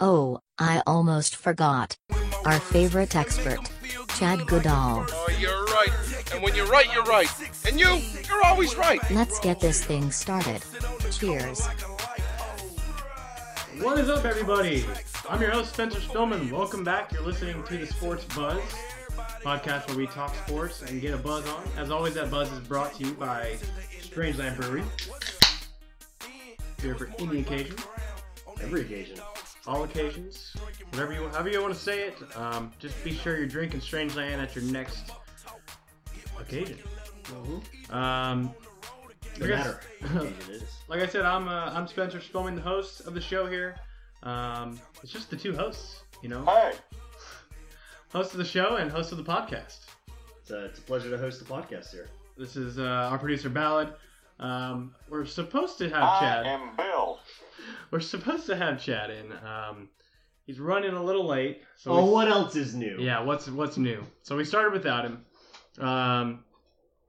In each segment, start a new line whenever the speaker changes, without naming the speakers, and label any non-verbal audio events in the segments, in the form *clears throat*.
Oh, I almost forgot. Our favorite expert, Chad Goodall.
Oh, you're right. And when you're right, you're right. And you, you're always right.
Let's get this thing started. Cheers.
What is up, everybody? I'm your host, Spencer Spillman. Welcome back. You're listening to the Sports Buzz podcast where we talk sports and get a buzz on. As always, that buzz is brought to you by Strangeland Brewery. Beer for any occasion, every occasion, all occasions, whatever you, however you want to say it. Um, just be sure you're drinking Strangeland at your next occasion. Um,
No
I guess-
*laughs* matter how big it is.
like I said, I'm uh, I'm Spencer Spillman, the host of the show here. Um, it's just the two hosts, you know,
Hey.
host of the show and host of the podcast.
It's a, it's a pleasure to host the podcast here.
This is uh, our producer Ballad. Um, we're supposed to have Chad.
am Bill.
We're supposed to have Chad in. Um, he's running a little late. So
Oh,
we-
what else is new?
Yeah, what's what's new? So we started without him, um,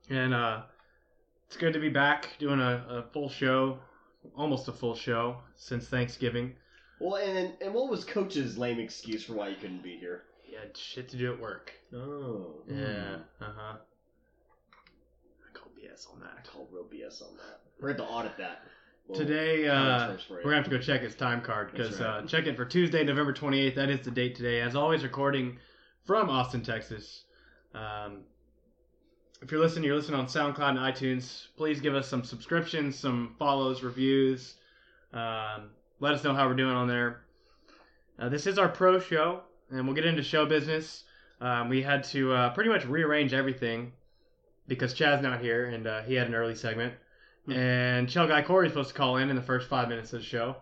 and uh, it's good to be back doing a, a full show, almost a full show since Thanksgiving.
Well, and and what was Coach's lame excuse for why you couldn't be here?
He had shit to do at work.
Oh.
Yeah. Uh huh. I call BS on
I
that.
called real Bs on that. We're going to audit that. Well,
Today,
that's
uh,
first for
we're
you.
gonna have to go check his time card
That's
because
right.
uh, check it for Tuesday, November twenty eighth. That is the date today. As always, recording from Austin, Texas. Um, if you're listening, you're listening on SoundCloud and iTunes. Please give us some subscriptions, some follows, reviews. Um, let us know how we're doing on there. Uh, this is our pro show, and we'll get into show business. Um, we had to uh, pretty much rearrange everything because Chad's not here, and uh, he had an early segment.
Hmm.
And Chell Guy Corey's supposed to call in in the first five minutes of the show.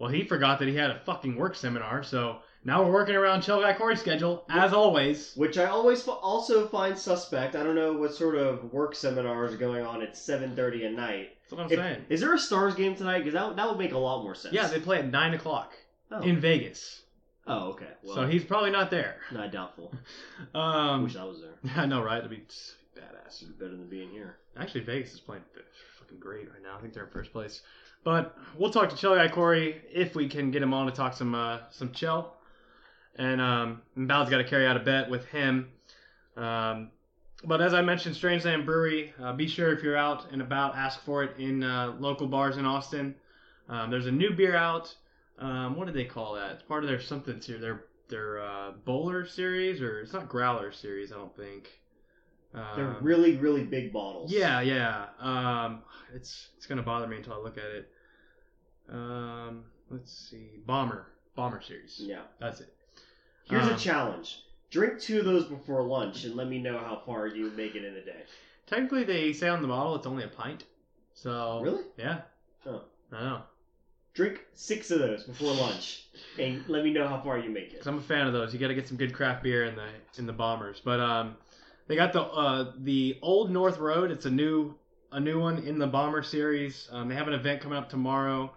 Well, he forgot that he had a fucking work seminar, so now we're working around Chell Guy Corey's schedule as always.
Which I always f- also find suspect. I don't know what sort of work seminars are going on at 7.30 at night.
That's what I'm
If-
saying.
is there a Stars game tonight? Because that, that would make a lot more sense.
Yeah, they play at nine o'clock
oh.
in Vegas,
oh, okay. Well,
so he's probably not there. *laughs*
Not doubtful. I
Um,
wish I was there.
*laughs* I know, right? It'd be s- badass.
This is better than being here.
Actually, Vegas is playing f- fucking great right now. I think they're in first place. But we'll talk to Chell Guy Corey if we can get him on to talk some uh, some Chell. And um, Bal's got to carry out a bet with him. Um, but as I mentioned, Strangeland Brewery. Uh, be sure if you're out and about, ask for it in uh, local bars in Austin. Um, there's a new beer out. Um, what do they call that? It's part of their something series, their their uh, bowler series, or it's not growler series, I don't think. Um,
They're really, really big bottles.
yeah, yeah. Um, it's it's gonna bother me until I look at it. Um, let's see, bomber, bomber series.
Yeah.
That's it.
Here's
Um,
a challenge. Drink two of those before lunch and let me know how far you make it in a day.
Technically, they say on the bottle it's only a pint. So
Really?
yeah,
Oh.
I know.
Drink six of those before lunch and let me know how far you make it.
Cause I'm a fan of those. You got to get some good craft beer in the in the bombers. But um, they got the uh the Old North Road. It's a new a new one in the bomber series. Um, they have an event coming up tomorrow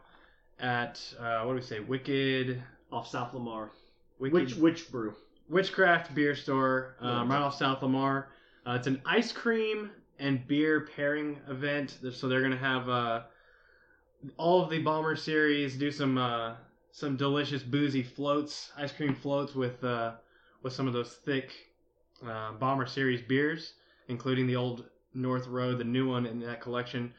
at uh, what do we say? Wicked.
Off South Lamar.
Wicked
Which which brew?
Witchcraft Beer Store, um,
Yeah.
right off South Lamar. Uh, it's an ice cream and beer pairing event, so they're gonna have uh, all of the Bomber series do some uh, some delicious boozy floats, ice cream floats with uh, with some of those thick uh, Bomber series beers, including the old North Road, the new one in that collection.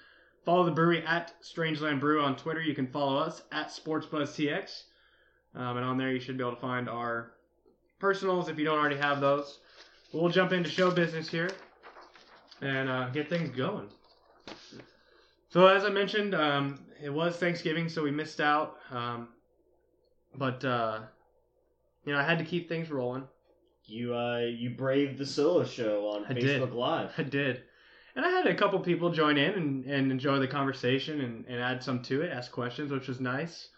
Follow the brewery at Strangeland Brew on Twitter. You can follow us at SportsBuzzTX. Um, and on there, you should be able to find our personals if you don't already have those. We'll jump into show business here and uh, get things going. So, as I mentioned, um, it was Thanksgiving, so we missed out. Um, but, uh, you know, I had to keep things rolling.
You uh, you braved the solo show on
I
Facebook
did.
Live.
I did. And I had a couple people join in and, and enjoy the conversation and, and add some to it, ask questions, which was nice.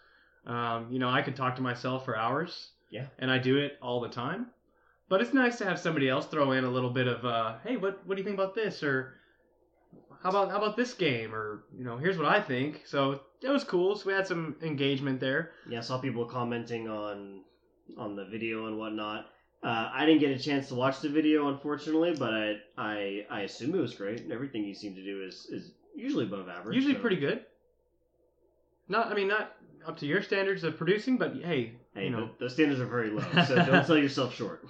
Um, you know, I could talk to myself for hours.
Yeah.
And I do it all the time. But it's nice to have somebody else throw in a little bit of, uh, hey, what, what do you think about this? Or how about how about this game? Or, you know, here's what I think. So it was cool. So we had some engagement there.
Yeah, I saw people commenting on on the video and whatnot. Uh, I didn't get a chance to watch the video, unfortunately, but I I, I assume it was great. And everything you seem to do is, is usually above average.
Usually
so-
pretty good. Not, I mean, not up to your standards of producing, but hey,
Hey,
you know.
th- those standards are very low,
*laughs*
so don't sell yourself short.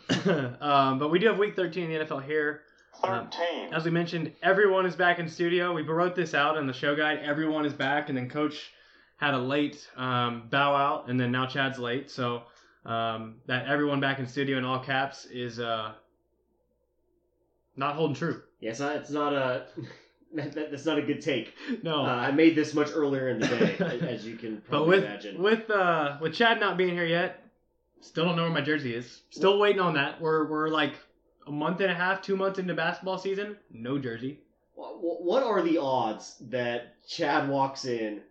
*coughs* um, but we do have week 13 in the NFL here. Um, as we mentioned, everyone is back in studio. We wrote this out in the show guide. Everyone is back, and then Coach had a late um, bow out, and then now Chad's late. So um, that everyone back in studio in all caps is uh, not holding true.
Yeah, it's not it's not a *laughs* that, that- that's not a good take.
No.
Uh, I made this much earlier in the day,
*laughs*
a- as you
Oh.
can
but
probably
with
imagine.
with uh, with Chad not being here yet, still don't know where my jersey is. Still waiting on that. We're we're like a month and a half, two months into basketball season, no jersey.
Wh- wh- What are the odds that Chad walks in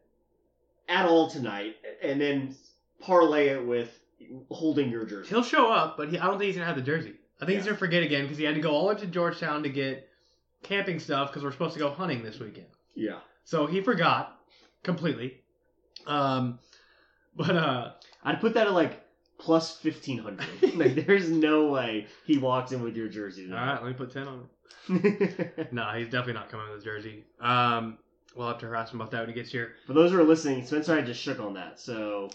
at all tonight and then parlay it with holding your jersey?
He'll show up, but he, I don't think he's gonna have the jersey. I think he's
Yeah.
gonna forget again because he had to go all up to Georgetown to get camping stuff because we're supposed to go hunting this weekend.
Yeah.
So he forgot completely. Um, but uh,
I'd put that at like plus *laughs* 1500. like, there's no way he walks in with your jersey.
all right, let me put ten on. it.
Right.
No, he's definitely not coming with his jersey. Um, we'll have to harass him about that when he gets here.
*laughs* For those who are listening, Spencer and I just shook on that. So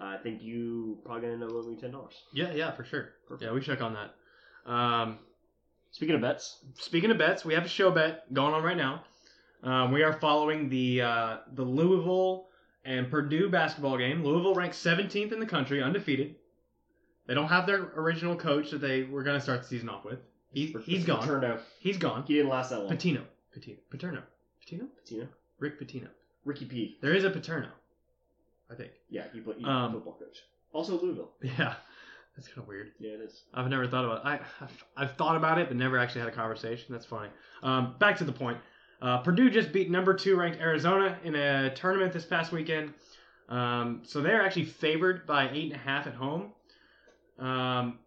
I think you probably going to end up owing me $10.
Yeah, yeah, for sure.
Perfect.
Yeah, we shook on that. Um,
Speaking of bets,
speaking of bets, we have a show bet going on right now. Um, we are following the uh, the Louisville and Purdue basketball game. Louisville ranked 17th in the country, undefeated. They don't have their original coach that they were going to start the season off with. He, he's gone.
Paterno.
He's gone.
He didn't last that long.
Patino. Patino. Paterno. Patino?
Patino.
Rick Patino.
Ricky P.
There is a Paterno, I think. *laughs*
Yeah, he played he
Um,
football coach. Also Louisville.
Yeah, that's kind of weird.
Yeah, it is.
I've never thought about. I I've, I've thought about it, but never actually had a conversation. That's funny. Um, back to the point. Uh, Purdue just beat number two ranked Arizona in a tournament this past weekend. Um, so they're actually favored by eight and a half at home. Um,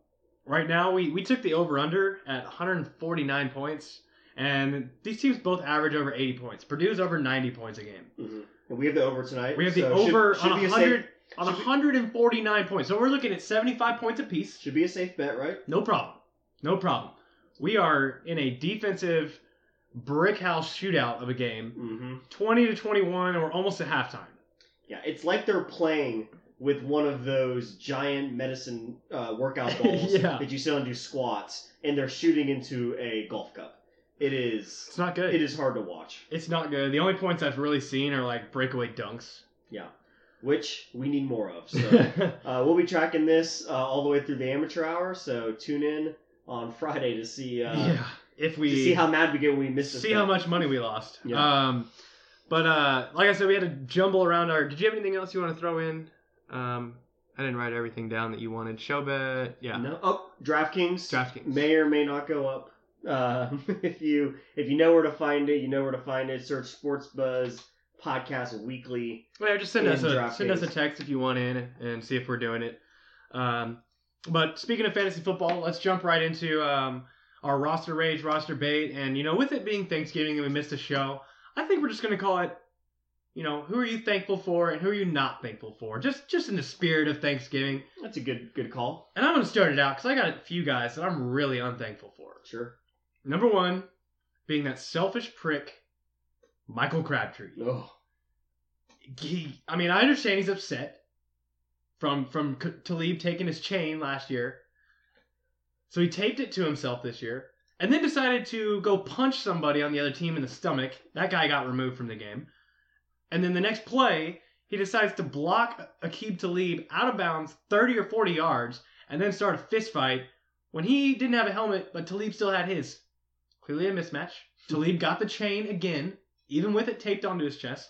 right now, we, we took the over under at 149 points, and these teams both average over 80 points. Purdue's over 90 points a game.
Mm-hmm. And we have the over tonight.
We have the
so should-
over
should
on
be a
100
Safe,
on
should be-
149 points. So we're looking at 75 points apiece.
should be a safe bet, right?
No problem. No problem. We are in a defensive brick house shootout of a game,
Mm-hmm.
20 to 21, and we're almost at halftime.
Yeah, it's like they're playing with one of those giant medicine uh,
*laughs*
workout balls
Yeah.
that you sit on and do squats, and they're shooting into a golf cup. It
It's
is
not good.
it is hard to watch.
It's not good. The only points I've really seen are like breakaway dunks.
Yeah, which we need more of. So
*laughs*
uh, we'll be tracking this uh, all the way through the amateur hour. So tune in on Friday to see uh,
yeah. If we
to see how mad we get when we miss this.
see how
bet.
much money we lost.
Yeah.
Um, but uh, like I said, we had to jumble around our. Did you have anything else you want to throw in? Um, I didn't write everything down that you wanted. Show bet. Yeah.
No. Oh, DraftKings.
DraftKings.
may or may not go up. Uh, *laughs* if you if you know where to find it, you know where to find it. Search Sports Buzz Podcast Weekly.
Well, just send
And
us a
draft
send us a
days.
text if you want in and see if we're doing it. Um, but speaking of fantasy football, let's jump right into um, our roster rage, roster bait, and you know, with it being Thanksgiving and we missed a show, I think we're just gonna call it. You know, who are you thankful for and who are you not thankful for? Just just in the spirit of Thanksgiving.
That's a good good call.
And I'm gonna start it out because I got a few guys that I'm really unthankful for.
Sure.
Number one, being that selfish prick, Michael Crabtree
Oh,
he I mean I understand he's upset from from K- Talib taking his chain last year. So he taped it to himself this year and then decided to go punch somebody on the other team in the stomach. That guy got removed from the game. And then the next play, he decides to block Akib Talib out of bounds 30 or 40 yards and then start a fist fight when he didn't have a helmet, but Talib still had his. Clearly a mismatch. Talib got the chain again, even with it taped onto his chest.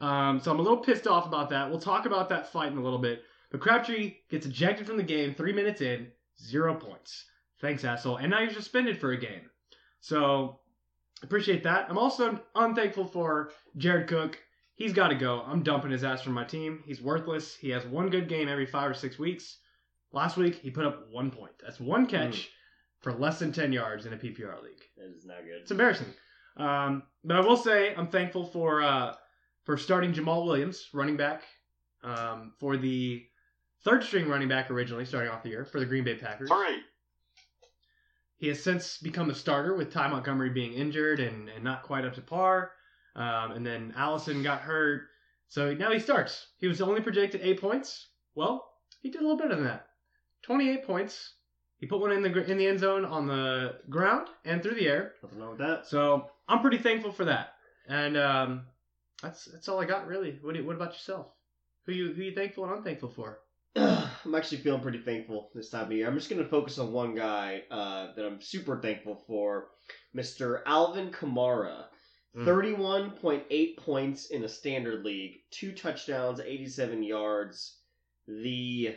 Um, so I'm a little pissed off about that. We'll talk about that fight in a little bit. But Crabtree gets ejected from the game three minutes in, zero points. Thanks, asshole. And now you're suspended for a game. So appreciate that. I'm also unthankful for Jared Cook. He's got to go. I'm dumping his ass from my team. He's worthless. He has one good game every five or six weeks. Last week, he put up one point. That's one catch for less than 10 yards in a PPR league.
That is not good.
It's embarrassing. Um, but I will say I'm thankful for uh, for starting Jamal Williams, running back, um, for the third string running back originally starting off the year for the Green Bay Packers. He has since become a starter with Ty Montgomery being injured and, and not quite up to par. Um, and then Allison got hurt. So now he starts. He was only projected eight points. Well, he did a little better than that. 28 points. He put one in the gr- in the end zone on the ground and through the air.
Nothing wrong with that.
So I'm pretty thankful for that. And um, that's that's all I got really. What do, what about yourself? Who you who you thankful and unthankful for?
I'm actually feeling pretty thankful this time of year. I'm just going to focus on one guy uh, that I'm super thankful for, Mr. Alvin Kamara. Hmm.
Mm.
31.8 points in a standard league, two touchdowns, 87 yards. The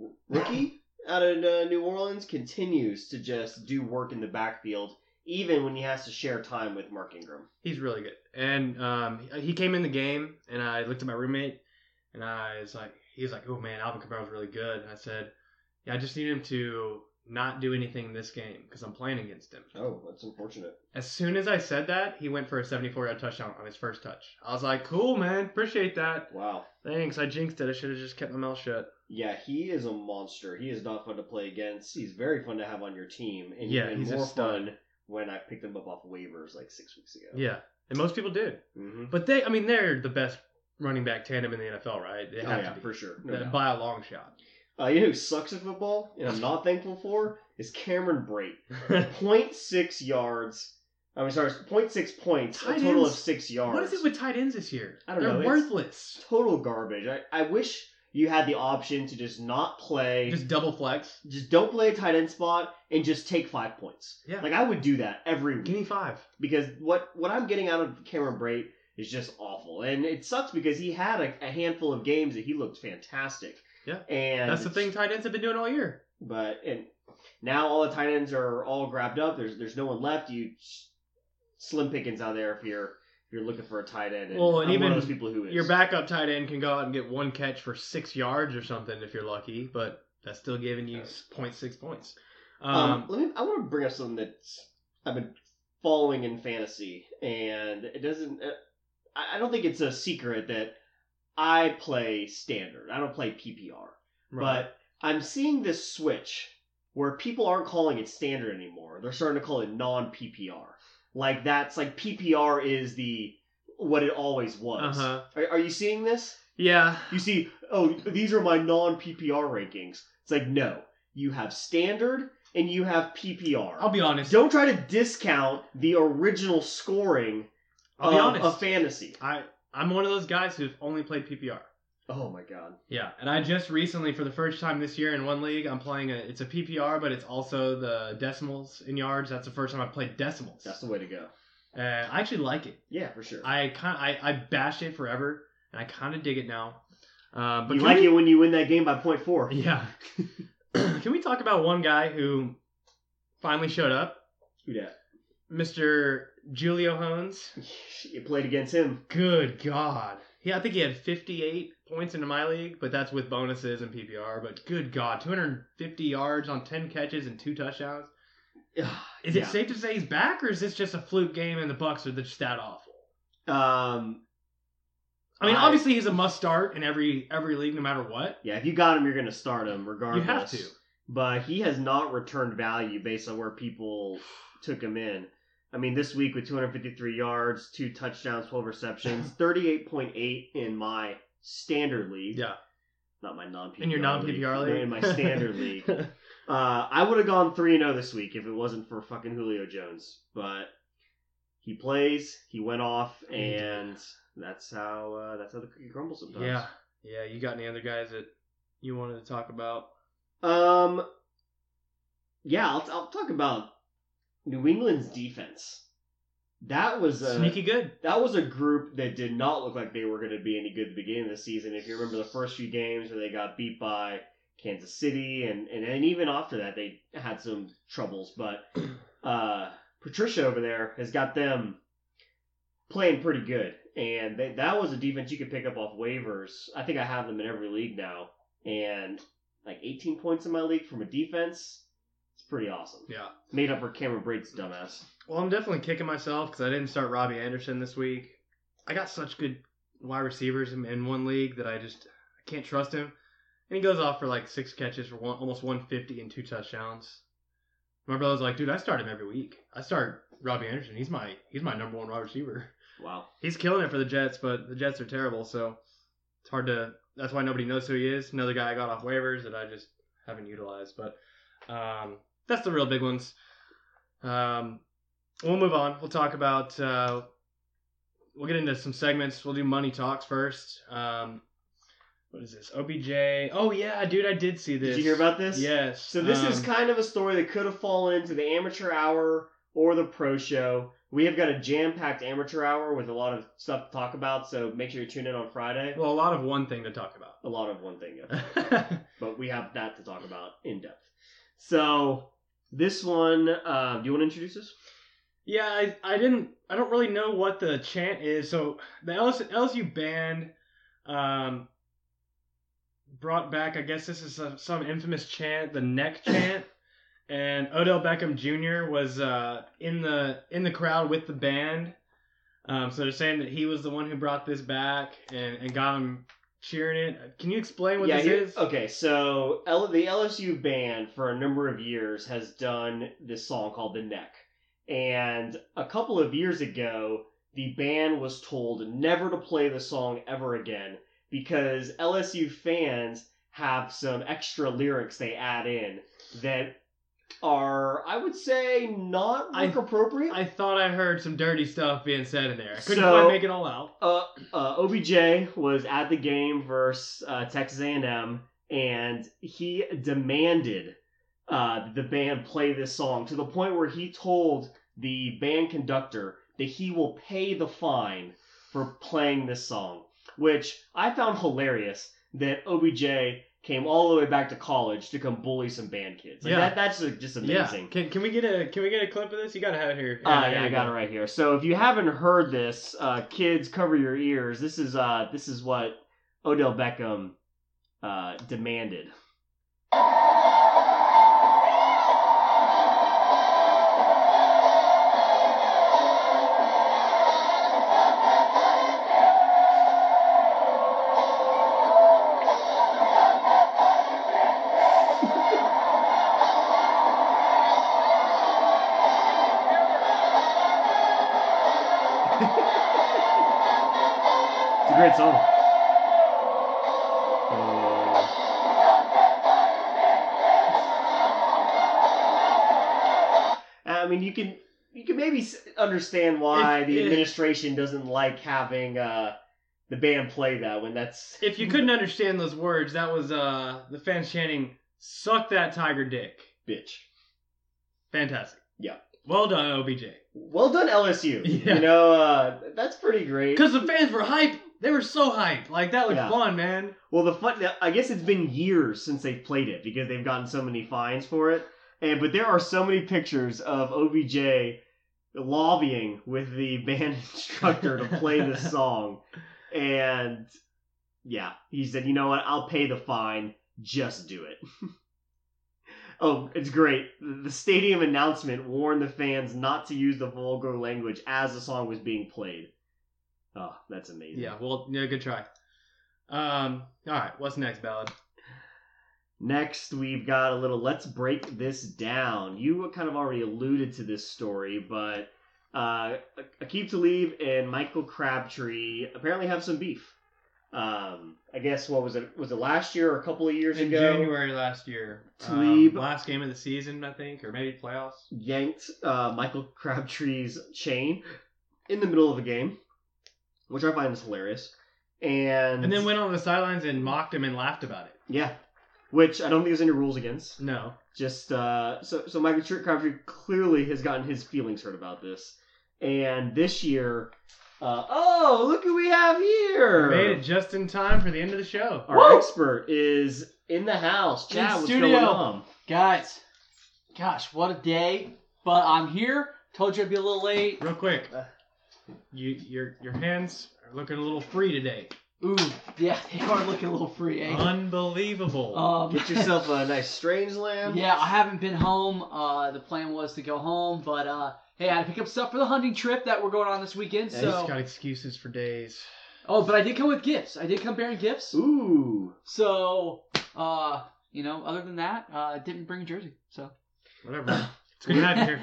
r- *laughs* rookie out of uh, New Orleans continues to just do work in the backfield, even when he has to share time with Mark Ingram.
He's really good. And um, he- he came in the game, and I looked at my roommate, and I was like, he was like, oh man, Alvin Kamara's really good. And I said, yeah, I just need him to not do anything in this game because I'm playing against him.
Oh, that's unfortunate.
As soon as I said that, he went for a 74 yard touchdown on his first touch. I was like, cool, man. Appreciate that.
Wow.
Thanks. I jinxed it. I should have just kept my mouth shut.
Yeah, he is a monster. He is not fun to play against. He's very fun to have on your team, and
Yeah,
even
he's a
more
stud.
fun when I picked him up off waivers like six weeks ago.
Yeah. And most people did.
hmm
But they, I mean, they're the best running back tandem in the NFL, right? They
Oh,
have
yeah,
to be.
for sure. No
Uh,
doubt.
by a long shot.
Uh, you know who sucks at football and I'm not thankful for is Cameron Brate. 0.6 yards. I mean, sorry, 0.6 points, a
Tight
total of
ends.
six
*laughs*
yards.
what is it with tight ends this year?
I don't
They're
know, it's-
worthless.
total garbage? I, I wish you had the option to just not play,
Just
just,
double flex.
don't play a tight end spot and just take five points.
Yeah.
Like I would do that every week.
Give me five.
because what what I'm getting out of Cameron Brate is just awful, and it sucks because he had a, a handful of games that he looked fantastic.
Yeah.
and
That's the thing tight ends have been doing all year.
But and now all the tight ends are all grabbed up. There's there's no one left. You slim pickings out there if you're if you're looking for a tight end. And
Well, and
I'm one
even
of those people who is
Your backup tight end can go out and get one catch for six yards or something if you're lucky, but that's still giving you s- 0.6 points. Um,
Um, let me. I want to bring up something that I've been following in fantasy, and it doesn't. Uh, I I don't think it's a secret that I play standard. I don't play PPR,
right.
but I'm seeing this switch where people aren't calling it standard anymore. They're starting to call it non PPR. Like that's like PPR is the what it always was.
Uh-huh.
Are, are you seeing this?
yeah,
You see, oh, these are my non PPR rankings. It's like, no, you have standard and you have PPR.
I'll be honest.
Don't try to discount the original scoring
I'll be
of,
honest.
of fantasy.
I I'm one of those guys who've only played PPR.
Oh my god.
Yeah, and I just recently, for the first time this year in one league, I'm playing a. It's a PPR, but it's also the decimals in yards. That's the first time I played decimals.
That's the way to go.
Uh, I actually like it.
Yeah, for sure.
I kind I I bashed it forever, and I kind of dig it now. Uh, but
you
can
like
we-
it when you win that game by point four. *laughs*
Yeah. *clears throat* can we talk about one guy who finally showed up,
Who dat?
Mr. Julio Hones?
You played against him.
Good God. Yeah, I think he had 58 points into my league, but that's with bonuses and PPR. But good God, 250 yards on 10 catches and two touchdowns. Is
Yeah.
it safe to say he's back, or is this just a fluke game and the Bucks are just that awful?
Um,
I mean,
I-
obviously he's a must start in every every league, no matter what.
yeah, if you got him, you're going to start him
You
regardless.
have to.
but he has not returned value based on where people took him in. I mean, this week with 253 yards, two touchdowns,
*sighs*
12 receptions, 38.8 in my standard league.
Yeah,
Not my non PPR.
in your non PPR league,
In
*laughs*
my standard league. Uh, I would have gone 3 0 this week if it wasn't for fucking Julio Jones. But he plays, he went off, and that's how uh, that's how the cookie crumbles sometimes.
Yeah, yeah. You got any other guys that you wanted to talk about?
Um. Yeah, I'll, I'll talk about New England's defense. That was a
Sneaky good.
that was a group that did not look like they were going to be any good at the beginning of the season. If you remember the first few games where they got beat by Kansas City, and and, and even after that they had some troubles. But uh, Patricia over there has got them playing pretty good, and they, that was a defense you could pick up off waivers. I think I have them in every league now, and like 18 points in my league from a defense. It's pretty awesome.
Yeah.
Made up for Cameron Braid's dumbass.
Well, I'm definitely kicking myself because I didn't start Robbie Anderson this week. I got such good wide receivers in- in one league that I just I can't trust him. And he goes off for like six catches for one, almost 150 and two touchdowns. My brother's like, dude, I start him every week. I start Robbie Anderson. He's my he's my number one wide receiver.
Wow.
He's killing it for the Jets, but the Jets are terrible, so it's hard to. That's why nobody knows who he is. Another guy I got off waivers that I just haven't utilized, but um, that's the real big ones. Um, we'll move on. We'll talk about. Uh, we'll get into some segments. We'll do money talks first. Um, what is this? OBJ. Oh yeah, dude, I did see this.
Did you hear about this?
Yes.
So this is
um,
kind of a story that could have fallen into the amateur hour or the pro show. We have got a jam-packed amateur hour with a lot of stuff to talk about, so make sure you tune in on Friday.
well, a lot of one thing to talk about.
A lot of one thing, yeah.
*laughs*
but we have that to talk about in depth. So this one, uh, do you want to introduce this?
Yeah, I, I didn't. I don't really know what the chant is. So the LSU, LSU band um, brought back. I guess this is some, some infamous chant, the
*laughs*
neck chant. and Odell Beckham Jr. was uh, in the in the crowd with the band. Um, so they're saying that he was the one who brought this back and, and got him cheering it. Can you explain what
yeah,
this
here-
is?
okay. So L- the LSU band for a number of years has done this song called "The Neck," and a couple of years ago, the band was told never to play the song ever again because LSU fans have some extra lyrics they add in that are, I would say, not
I-
like appropriate.
I thought I heard some dirty stuff being said in there. I couldn't
So-
quite make it all out.
uh, uh, OBJ was at the game versus uh, Texas A&M, and he demanded uh, that the band play this song to the point where he told the band conductor that he will pay the fine for playing this song, which I found hilarious that OBJ came all the way back to college to come bully some band kids. Like
Yeah.
that, that's uh, just amazing.
Yeah. Can, can we get a can we get a clip of this? You gotta have it here.
Uh,
there
yeah, I
you
got it right here. So if you haven't heard this, uh, kids, cover your ears. This is uh, this is what Odell Beckham uh, demanded. It's a great song. Uh, I mean, you can you can maybe s- understand why
If-
the
if-
administration doesn't like having uh, the band play that when that's
If you couldn't understand those words, that was uh the fans chanting "suck that tiger dick."
bitch.
Fantastic.
Yeah.
Well done, OBJ.
Well done, LSU.
Yeah.
You know, uh, that's pretty great.
Because the fans were hype. They were so hype. Like that was
Yeah.
fun, man.
Well, the fun. I guess it's been years since they've played it because they've gotten so many fines for it. And but there are so many pictures of OBJ lobbying with the *laughs* band instructor to play this song, and yeah, he said, "You know what? I'll pay the fine. Just do it." *laughs* oh, it's great. The stadium announcement warned the fans not to use the vulgar language as the song was being played. Oh, that's amazing.
Yeah. Well, yeah, good try. Um. All right. What's next, ballad?
Next, we've got a little let's break this down. You kind of already alluded to this story, but uh, Akeem Talib and Michael Crabtree apparently have some beef. Um, I guess what was it? Was it last year or a couple of years
In
ago?
January last year, um,
Tlaib-
last game of the season, I think, or maybe playoffs.
yanked uh, Michael Crabtree's chain in the middle of a game. which I find is hilarious. And
And then went on the sidelines and mocked him and laughed about it.
yeah, which I don't think there's any rules against.
No.
Just uh, so so Michael Tr- Crabtree clearly has gotten his feelings hurt about this, and this year, uh, oh look who we have here!
Made it just in time for the end of the show.
Our
Woo!
expert is in the house.
In
Chad, what's
studio.
going on?
Guys, gosh, what a day. But I'm here. Told you I'd be a little late.
Real quick,
Uh,
you your your hands are looking a little free today.
Ooh, yeah, *laughs* they are looking a little free, eh?
Unbelievable.
Um,
Get yourself a nice strange lamb.
*laughs* Yeah, I haven't been home. Uh, the plan was to go home, but uh, hey, I had to pick up stuff for the hunting trip that we're going on this weekend.
I
So,
just got excuses for days.
oh, but I did come with gifts. I did come bearing gifts.
Ooh.
So, uh, you know, other than that, uh, I didn't bring a jersey. So,
Whatever. It's good to have
*laughs*
you here.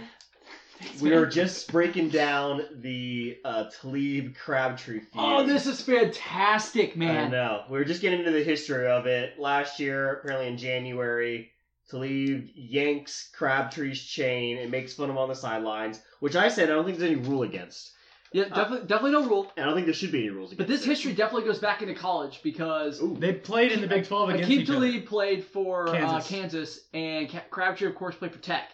We are just breaking down the uh, Talib Crabtree feud.
Oh, this is fantastic,
I
man.
know. We were just getting into the history of it. Last year, apparently in January, Talib yanks Crabtree's chain and makes fun of him on the sidelines, which I said I don't think there's any rule against.
Yeah, definitely, definitely no rule.
And I don't think there should be any rules
But
against
this
it.
history definitely goes back into college because
Ooh.
They played in the Big 12 against
Akeem
each other.
Talib played for Kansas, uh,
Kansas.
Kansas and Ca- Crabtree, of course, played for Tech.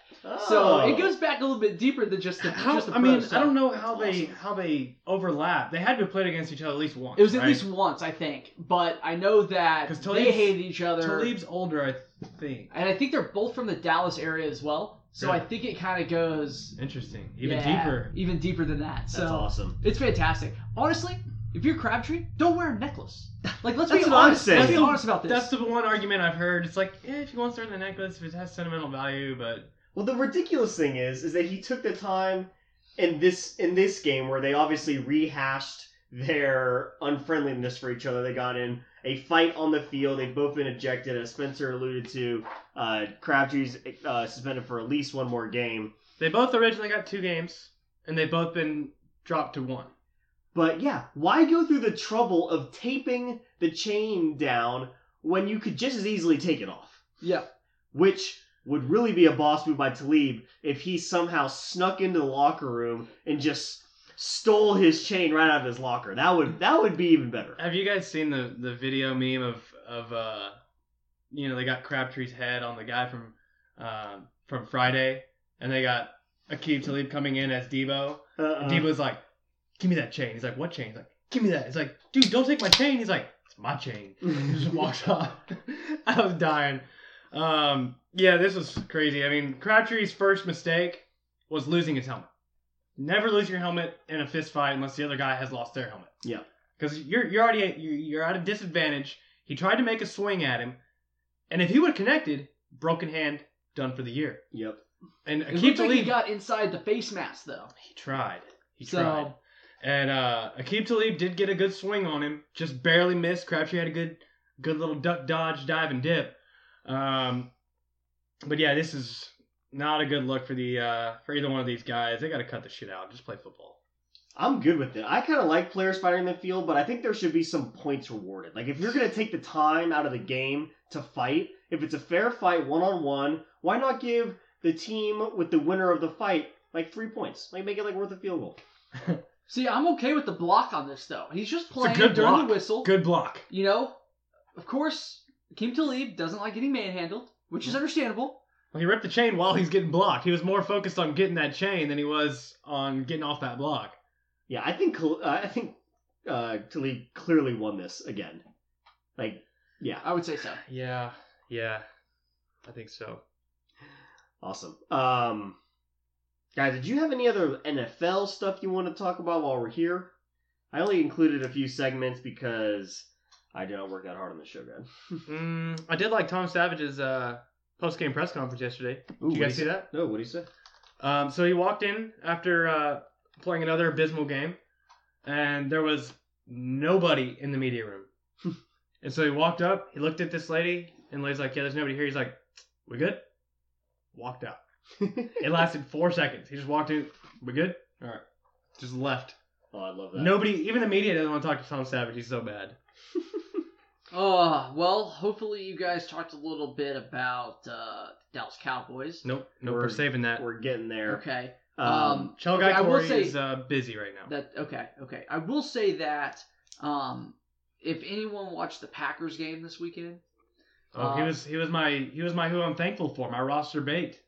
So
Oh.
it goes back a little bit deeper than just the.
How,
just the
I mean,
pros,
I
so.
don't know how they
Awesome.
how they overlap. They had to have played against each other at least once.
It was at
right?
least once, I think. But I know that
'Cause
they
Talib's-
hated each other.
Talib's older, I think.
And I think they're both from the Dallas area as well. So I
Yeah.
think it kind of goes
Interesting. Even
yeah,
deeper.
Even deeper than that.
That's
so
awesome.
it's fantastic. Honestly, if you're Crabtree, don't wear a
*laughs*
necklace. Like let's
That's
be
what I'm
honest.
saying.
Let's be honest about this.
That's the one argument I've heard. It's like, yeah, if you want to wear the necklace, if it has sentimental value, but
Well, the ridiculous thing is, is that he took the time in this in this game where they obviously rehashed their unfriendliness for each other. They got in a fight on the field. They've both been ejected, as Spencer alluded to. Uh, Crabtree's uh, suspended for at least one more game.
they both originally got two games, and they've both been dropped to one.
But yeah, why go through the trouble of taping the chain down when you could just as easily take it off?
yeah.
which would really be a boss move by Talib if he somehow snuck into the locker room and just stole his chain right out of his locker. That would that would be even better.
Have you guys seen the the video meme of of uh, you know, they got Crabtree's head on the guy from um from Friday, and they got Akib Talib coming in as Debo.
Uh-uh.
Uh,
And Debo's like, "Give me that chain." He's like, "What chain?" He's like, "Give me that." He's like, "Dude, don't take my chain." He's like, "It's
*laughs*
my chain." He just walks *laughs* off. I was dying. Um, yeah, this was crazy. I mean, Crabtree's first mistake was losing his helmet. Never lose your helmet in a fist fight unless the other guy has lost their helmet.
Yeah.
because you're you're already at, you're, you're at a disadvantage. He tried to make a swing at him, and if he would have connected, broken hand, done for the year.
Yep.
And
It
Akeem
looked like he
Talib
got inside the face mask though.
he tried. He
So-
tried. And uh Akib Talib did get a good swing on him, just barely missed. Crabtree had a good good little duck dodge, dive and dip. Um but yeah, this is not a good look for the uh for either one of these guys. They gotta cut the shit out. Just play football.
I'm good with it. I kind of like players fighting in the field, but I think there should be some points rewarded. Like if you're going to take the time out of the game to fight, if it's a fair fight one on one, why not give the team with the winner of the fight like 3 points? Like make it like worth a field goal.
See, I'm okay with the block on this though. He's just playing
good
during
block.
the whistle.
Good block.
You know, of course, Akeem Talib doesn't like getting manhandled, which
Mm.
is understandable.
Well, he ripped the chain while he's getting blocked. He was more focused on getting that chain than he was on getting off that block.
Yeah, I think Khal- uh, I think uh, Talib clearly won this again. Like, yeah,
I would say so.
Yeah, yeah. I think so.
awesome. Um, guys, did you have any other NFL stuff you want to talk about while we're here? I only included a few segments because I did not work that hard on the show, guys.
Mm, I did like Tom Savage's uh, post game press conference yesterday.
Ooh,
Did you
what
guys
he
see that?
No, what do you say? *laughs*
Um, so he walked in after uh, playing another abysmal game, and there was nobody in the media room. *laughs* and so he walked up, he looked at this lady, and the lady's like, "Yeah, there's nobody here." He's like, "We good?" Walked out. it lasted four seconds. He just walked in. We good? All right. Just left.
Oh, I love that.
Nobody, even the media, doesn't want to talk to Tom Savage. He's so bad.
Uh, well, hopefully you guys talked a little bit about uh, Dallas Cowboys.
Nope. Nope.
We're-
We're saving that.
we're getting there.
Okay.
Um,
Um,
Chell
okay,
Guy
I will
Corey
say-
is uh, busy right now.
That okay, okay. I will say that um, if anyone watched the Packers game this weekend,
oh, he
uh,
was he was my he was my who I'm thankful for. My roster bait,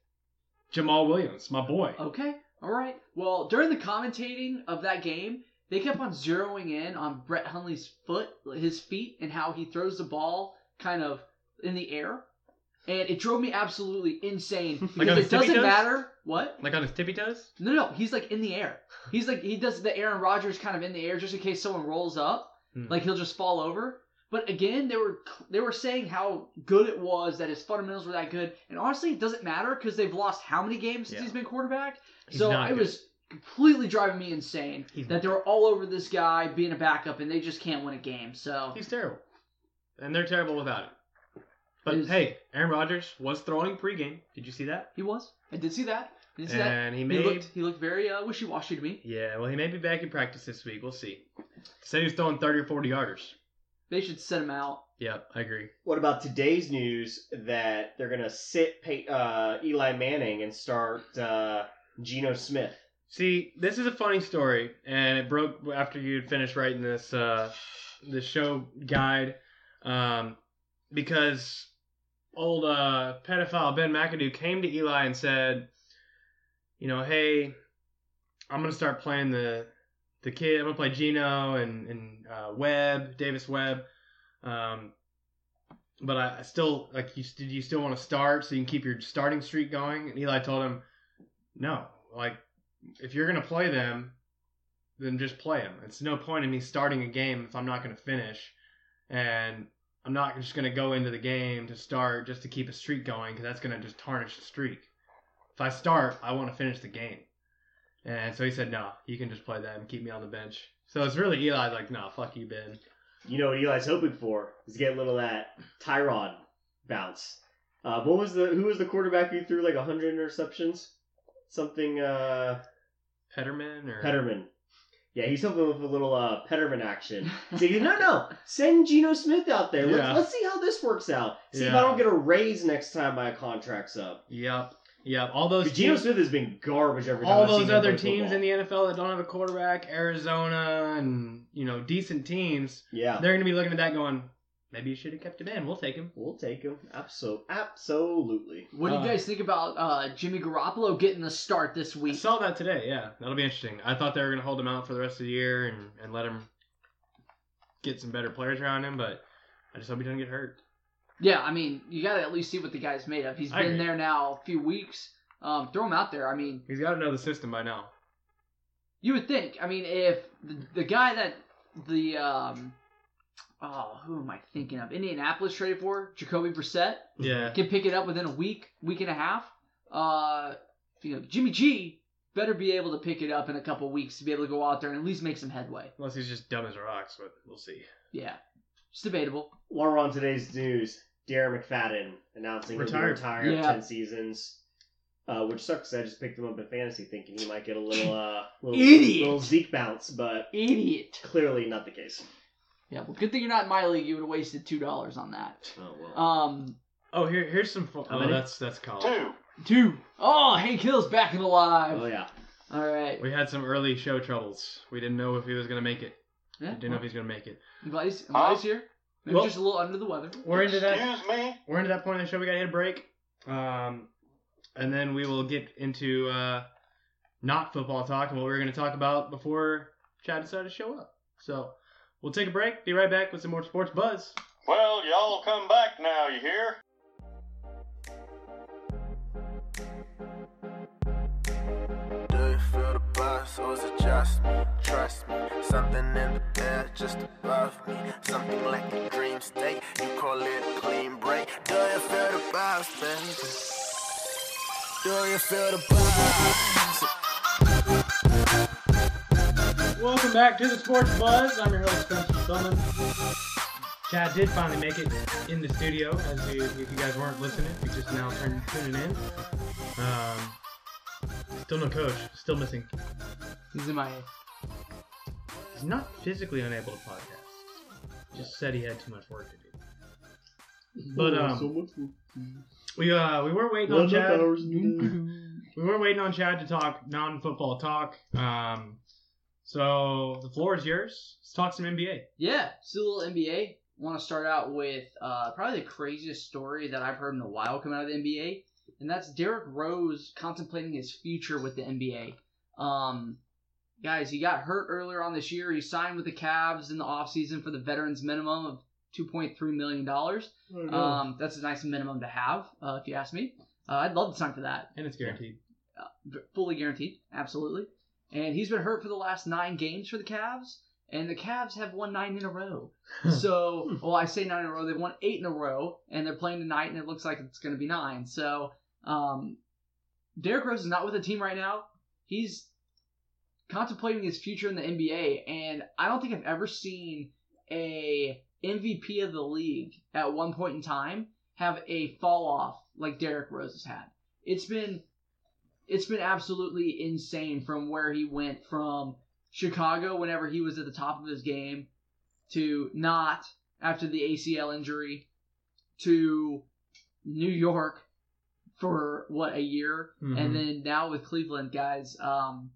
Jamal Williams, my boy.
okay, all right. Well, during the commentating of that game, they kept on zeroing in on Brett Hundley's foot, his feet, and how he throws the ball kind of in the air, and it drove me absolutely
*laughs*
insane because
on his
it doesn't
tippy toes?
matter what.
Like on his tippy toes.
No, no, he's like in the air. He's like he does the Aaron Rodgers kind of in the air just in case someone rolls up,
Hmm.
like he'll just fall over. But again, they were they were saying how good it was that his fundamentals were that good, and honestly, it doesn't matter because they've lost how many games since
Yeah.
he's been quarterback.
He's
so
not
it
good.
was completely driving me insane
He's
that
not
they were all over this guy being a backup, and they just can't win a game. So
He's terrible, and they're terrible without him. But
Is-
hey, Aaron Rodgers was throwing pregame. Did you see that?
he was. I did see that. I did see that.
And he
He
made.
looked he looked very uh, wishy washy to me.
yeah, well, he may be back in practice this week. We'll see. Said he was throwing thirty or forty yarders.
They should set him out.
Yeah, I agree.
What about today's news that they're gonna sit pay, uh, Eli Manning and start uh, Geno Smith?
See, this is a funny story, and it broke after you'd finished writing this uh, the show guide, um, because old uh, pedophile Ben McAdoo came to Eli and said, you know, hey, I'm gonna start playing the the kid. I'm gonna play Gino and and uh, Webb, Davis Webb. Um, but I I still like you. Did you still want to start so you can keep your starting streak going? And Eli told him, no, like if you're gonna play them, then just play them. It's no point in me starting a game if I'm not gonna finish, and I'm not just gonna go into the game to start just to keep a streak going because that's gonna just tarnish the streak. If I start, I want to finish the game, and so he said, "No, you can just play them. Keep me on the bench." So it's really Eli like, "No, fuck you, Ben."
You know what Eli's hoping for is to get a little of that Tyron bounce. Uh, what was the who was the quarterback who threw like hundred interceptions? Something uh,
Petterman or
Petterman. Yeah, he's hoping with a little uh, Petterman action. So you no no send Geno Smith out there. Let's,
Yeah.
let's see how this works out. See if
Yeah.
I don't get a raise next time my contract's up.
Yep, yep. All those
But Geno
teams-
Smith has been garbage every time.
all
I've seen
those
him
other
play
teams
football.
in the NFL that don't have a quarterback, Arizona, and you know decent teams,
yeah.
they're going to be looking at that going, maybe you should have kept him in. We'll take him.
We'll take him. Abso- absolutely.
What do
Uh,
you guys think about uh, Jimmy Garoppolo getting the start this
We
week?
saw that today. Yeah, that'll be interesting. I thought they were going to hold him out for the rest of the year and, and let him get some better players around him, but I just hope he doesn't get hurt.
Yeah, I mean, you got to at least see what the guy's made of. He's
I
been
agree.
there now a few weeks. Um, throw him out there. I mean,
He's got to know the system by now.
you would think. I mean, if the, the guy that the um, oh, who am I thinking of? Indianapolis traded for Jacoby Brissett
Yeah.
can pick it up within a week, week and a half. Uh, you know, Jimmy G better be able to pick it up in a couple weeks to be able to go out there and at least make some headway.
Unless he's just dumb as rocks, but we'll see.
Yeah, it's debatable.
While we're on today's news, Darren McFadden announcing he'll be
Retired.
retiring after
Yeah.
ten seasons, uh, which sucks. 'cause I just picked him up in fantasy thinking he might get a little uh, little,
Idiot.
little Zeke bounce, but
Idiot.
clearly not the case.
Yeah, well, good thing you're not in my league. You would have wasted two dollars on that.
Oh well.
Um,
Oh, here, here's some. Fun-
How
oh,
many?
that's that's college.
two. Oh, Hank Hill's back and alive.
oh yeah.
All right.
We had some early show troubles. We didn't know if he was going to make it. We
Yeah,
didn't know if he's going to make it.
I'm glad he's, I'm
Huh?
glad he's here. Maybe
Well-
just a little under the weather.
We're into that.
me?
we're into that point of the show. We gotta hit a break, um, and then we will get into uh, not football talk and what we were gonna talk about before Chad decided to show up. So we'll take a break. Be right back with some more sports buzz.
Well, y'all come back now, you hear?
Do you feel the buzz or is it just me? Trust me, something in the air just above me. Something like a dream state, you call it a clean break. Do you feel the buzz, baby? Do you feel the buzz?
Welcome back to the sports buzz. I'm your host Spencer Spellman. Chad did finally make it in the studio. As you, if you guys weren't listening, you just now turned tuning in. Um, still no coach. Still missing.
He's in my.
He's not physically unable to podcast. Just said he had too much work to do. um, But um, we uh we were waiting on Chad. we were waiting on Chad to talk non-football talk. Um, so the floor is yours. Let's talk some NBA.
Yeah, it's a little NBA. Want to start out with uh, probably the craziest story that I've heard in a while coming out of the NBA, and that's Derrick Rose contemplating his future with the NBA. Um, guys, he got hurt earlier on this year. He signed with the Cavs in the offseason for the veterans minimum of $2.3 million. Um, that's a nice minimum to have, uh, if you ask me. Uh, I'd love to sign for that
and it's guaranteed.
fully guaranteed, absolutely. And he's been hurt for the last nine games for the Cavs, and the Cavs have won nine in a row. so, well, I say nine in a row. They've won eight in a row, and they're playing tonight, and it looks like it's going to be nine. So, um, Derrick Rose is not with the team right now. He's contemplating his future in the NBA, and I don't think I've ever seen a MVP of the league at one point in time have a fall off like Derrick Rose has had. It's been it's been absolutely insane from where he went from Chicago whenever he was at the top of his game to not after the ACL injury to New York for what a year
Mhm.
and then now with Cleveland guys um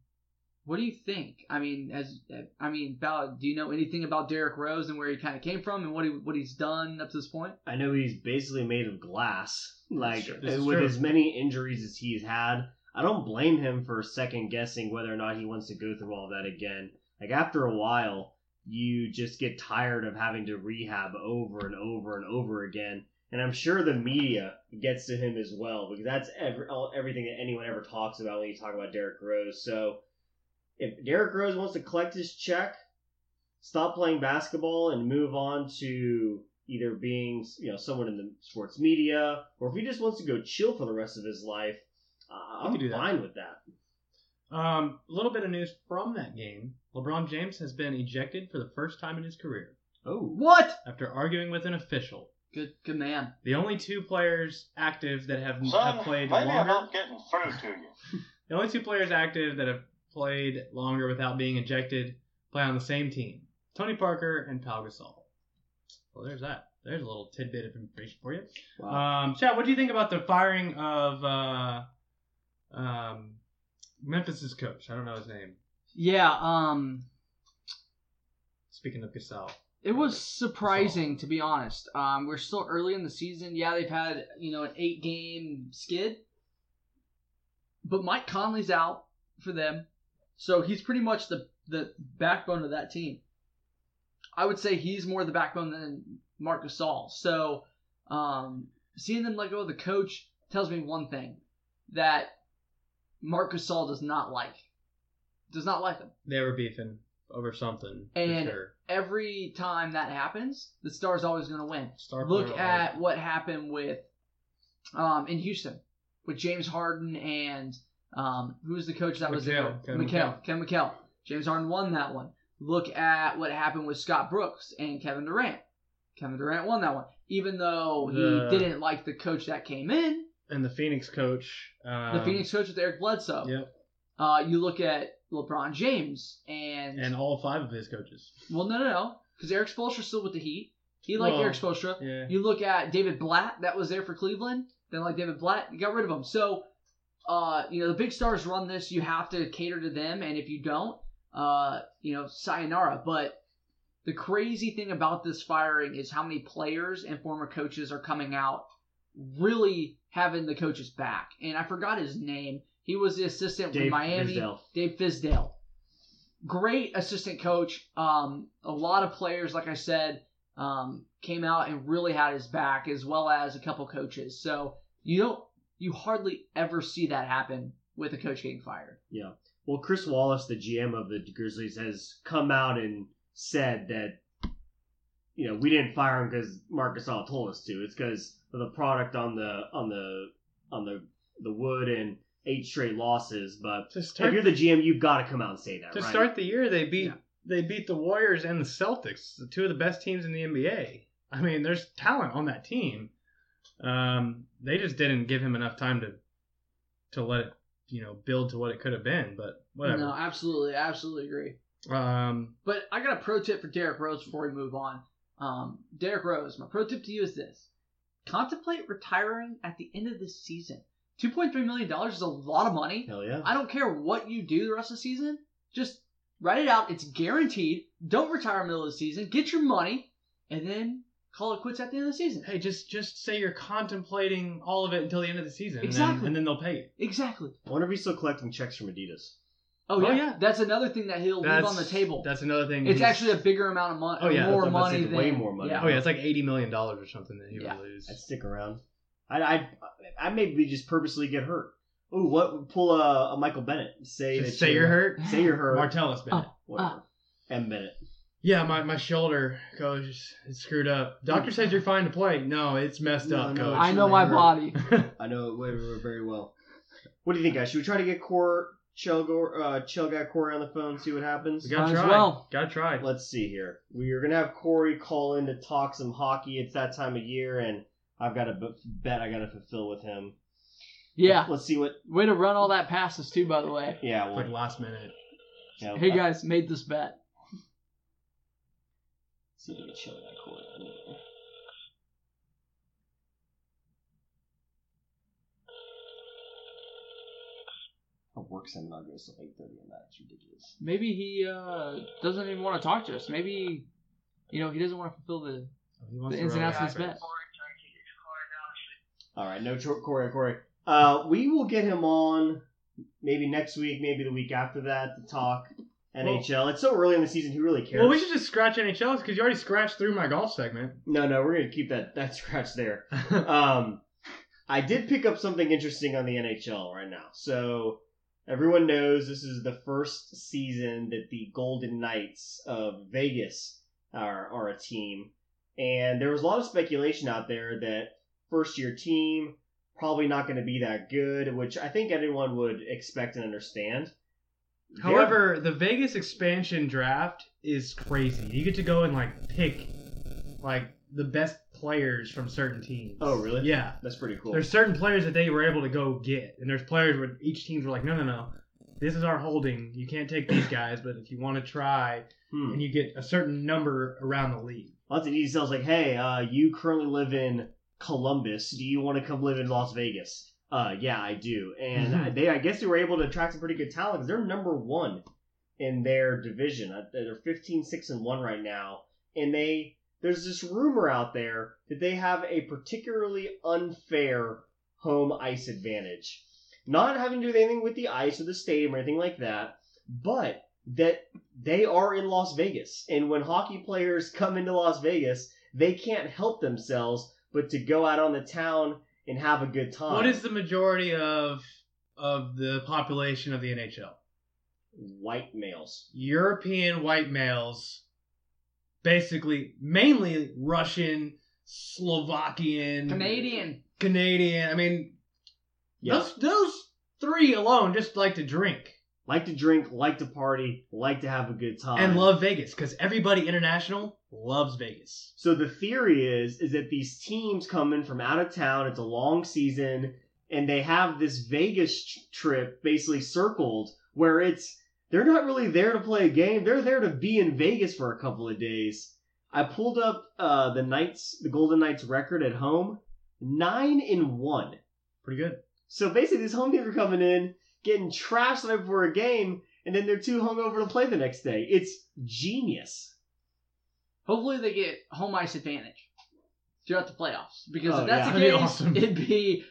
what do you think? I mean, as I mean, Ballard, do you know anything about Derrick Rose and where he kind of came from and what he what he's done up to this point?
I know he's basically made of glass. Like
Hmm, true. This
with
is true.
as many injuries as he's had, I don't blame him for second guessing whether or not he wants to go through all that again. Like after a while, you just get tired of having to rehab over and over and over again. And I'm sure the media gets to him as well because that's every, all, everything that anyone ever talks about when you talk about Derrick Rose. So if Derrick Rose wants to collect his check, stop playing basketball and move on to either being you know someone in the sports media or if he just wants to go chill for the rest of his life uh,
He
i'm
could do that.
fine with that
Um, a little bit of news from that game. LeBron James has been ejected for the first time in his career
oh
What?
after arguing with an official.
Good, good man.
The only two players active that have, have
Son,
played
maybe
longer.
I'm not getting through to you.
The only two players active that have played longer without being ejected play on the same team: Tony Parker and Pau Gasol. Well, there's that. There's a little tidbit of information for you. Um, Chad, what do you think about the firing of uh, um, Memphis's coach? I don't know his name.
Yeah. Um,
Speaking of Gasol,
It was surprising, to be honest. Um, we're still early in the season. Yeah, they've had you know an eight game skid, but Mike Conley's out for them, so he's pretty much the the backbone of that team. I would say he's more the backbone than Marc Gasol. So um, seeing them let go of the coach tells me one thing that Marc Gasol does not like. Does not like him
they were beefing over something.
And-
for sure.
every time that happens, the Stars always going to win.
Star
Look
player
at
alert.
what happened with um, in Houston with James Harden and um, who was the coach that was there?
McHale, Ken
McHale.
McHale.
Ken McHale. James Harden won that one. Look at what happened with Scott Brooks and Kevin Durant. Kevin Durant won that one, even though
The-
he didn't like the coach that came in,
and the Phoenix coach. Um,
the Phoenix coach with Eric Bledsoe.
Yep,
Uh, you look at LeBron James
and all five of his coaches.
Well, no, no, no, because Eric Spoelstra's still with the Heat. He liked
Well,
Eric Spoelstra.
Yeah.
You look at David Blatt that was there for Cleveland. Then like David Blatt, you got rid of him. So, uh, you know the big stars run this. You have to cater to them, and if you don't, uh, you know, sayonara. But the crazy thing about this firing is how many players and former coaches are coming out, really having the coaches back. And I forgot his name. He was the assistant with
dave
Miami.
Fizdale.
Dave Fizdale. Great assistant coach. Um, a lot of players, like I said, um, came out and really had his back, as well as a couple coaches. So you don't, you hardly ever see that happen with a coach getting fired.
well chris wallace the gm of the grizzlies has come out and said that you know we didn't fire him because marcus all told us to it's because of the product on the on the on the the wood and eight straight losses but
To
if
start,
you're the gm you've got to come out and say that
to
right?
start the year, they beat
Yeah.
they beat the Warriors and the Celtics, the two of the best teams in the NBA. I mean, there's talent on that team. Um, they just didn't give him enough time to to let it, you know, build to what it could have been. But
No,
whatever.
absolutely, I absolutely agree.
Um,
But I got a pro tip for Derek Rose before we move on. Um, Derek Rose, my pro tip to you is this: contemplate retiring at the end of this season. Two point three million dollars is a lot of money.
Hell yeah.
I don't care what you do the rest of the season. Just write it out. It's guaranteed. Don't retire in the middle of the season. Get your money, and then call it quits at the end of the season.
Hey, just just say you're contemplating all of it until the end of the season, and then-
Exactly.
and then they'll pay you.
Exactly.
I wonder if he's still collecting checks from Adidas.
Oh,
Oh,
yeah.
yeah.
That's another thing that he'll leave on the table.
That's another thing.
It's
he's-
actually a bigger amount of money.
Oh, yeah,
More
that's what I'm about to
money
say,
than.
it's way more money.
Yeah.
Oh yeah, it's like eighty million dollars or something that he
Yeah.
would lose.
I'd stick around. I I I maybe just purposely get hurt. Ooh, what? Pull a, a Michael Bennett. Say
Just
that
say you're hurt. *laughs*
Say you're hurt.
Martellus
Oh.
Bennett.
Whatever. M Bennett.
Yeah, my, my shoulder, coach, is- it's screwed up. Doctor says you're fine to play. No, it's messed
No,
up,
no,
coach.
I know my
Hurt.
body.
I know it very, very well. What do you think, guys? Should we try to get Core Chelgo uh Chell guy Corey on the phone, see what happens?
*laughs* We gotta
Might as
try.
well.
Gotta try.
Let's see here. We are gonna have Corey call in to talk some hockey. It's that time of year, and I've got a b- bet I gotta fulfill with him.
Yeah.
Let's see what.
Way to run all that passes too, by the way.
Yeah.
It's
Well,
like last minute.
yeah,
Hey
I-
guys, made this bet.
See if we can chill that Corey. I don't know. A work seminar goes till eight thirty, and that's ridiculous.
Maybe he uh, doesn't even want to talk to us. Maybe, you know, he doesn't want to fulfill the
He wants
the
to
ins and
run
outs of this
back.
bet.
All right, no Cho- Corey, Corey. Uh, we will get him on maybe next week, maybe the week after that to talk NHL. it's so early in the season, who really cares?
Well, we should just scratch NHLs because you already scratched through my golf segment.
No, no, we're gonna keep that *laughs* that scratch
*laughs*
there. um, I did pick up something interesting on the NHL right now. So everyone knows this is the first season that the Golden Knights of Vegas are are a team, and there was a lot of speculation out there that first year team probably not going to be that good, which I think everyone would expect and understand.
However, the Vegas expansion draft is crazy. You get to go and like pick like the best players from certain teams.
Oh, really?
Yeah.
that's pretty cool.
There's certain players that they were able to go get, and there's players where each teams were like, no, no, no, this is our holding. You can't take these guys, but if you want to try,
Hmm.
and you get a certain number around the league.
Lots of details like, hey, uh, you currently live in Columbus. Do you want to come live in Las Vegas? Uh, yeah, I do. And
Mhm.
I- they, I guess they were able to attract some pretty good talent 'cause they're number one in their division. Uh, They're 15, 6, and 1 right now. And they, there's this rumor out there that they have a particularly unfair home ice advantage. Not having to do with anything with the ice or the stadium or anything like that, but that they are in Las Vegas. And when hockey players come into Las Vegas, they can't help themselves but to go out on the town and have a good time.
What is the majority of of the population of the NHL?
white males?
European white males, basically mainly Russian, Slovakian,
Canadian.
Canadian. I mean,
Yeah.
those those three alone just like to drink
Like to drink, like to party, like to have a good
Um,
time.
and love Vegas because everybody international loves Vegas.
So the theory is is that these teams come in from out of town. It's a long season, and they have this Vegas tr- trip basically circled, where it's they're not really there to play a game. They're there to be in Vegas for a couple of days. I pulled up uh, the Knights, the Golden Knights record at home, nine in one.
Pretty good.
So basically, these home teams are coming in, getting trashed the night before a game, and then they're too hungover to play the next day. It's genius.
Hopefully they get home ice advantage throughout the playoffs because
Oh,
if that's
yeah.
the
That'd be
case,
awesome.
it'd be.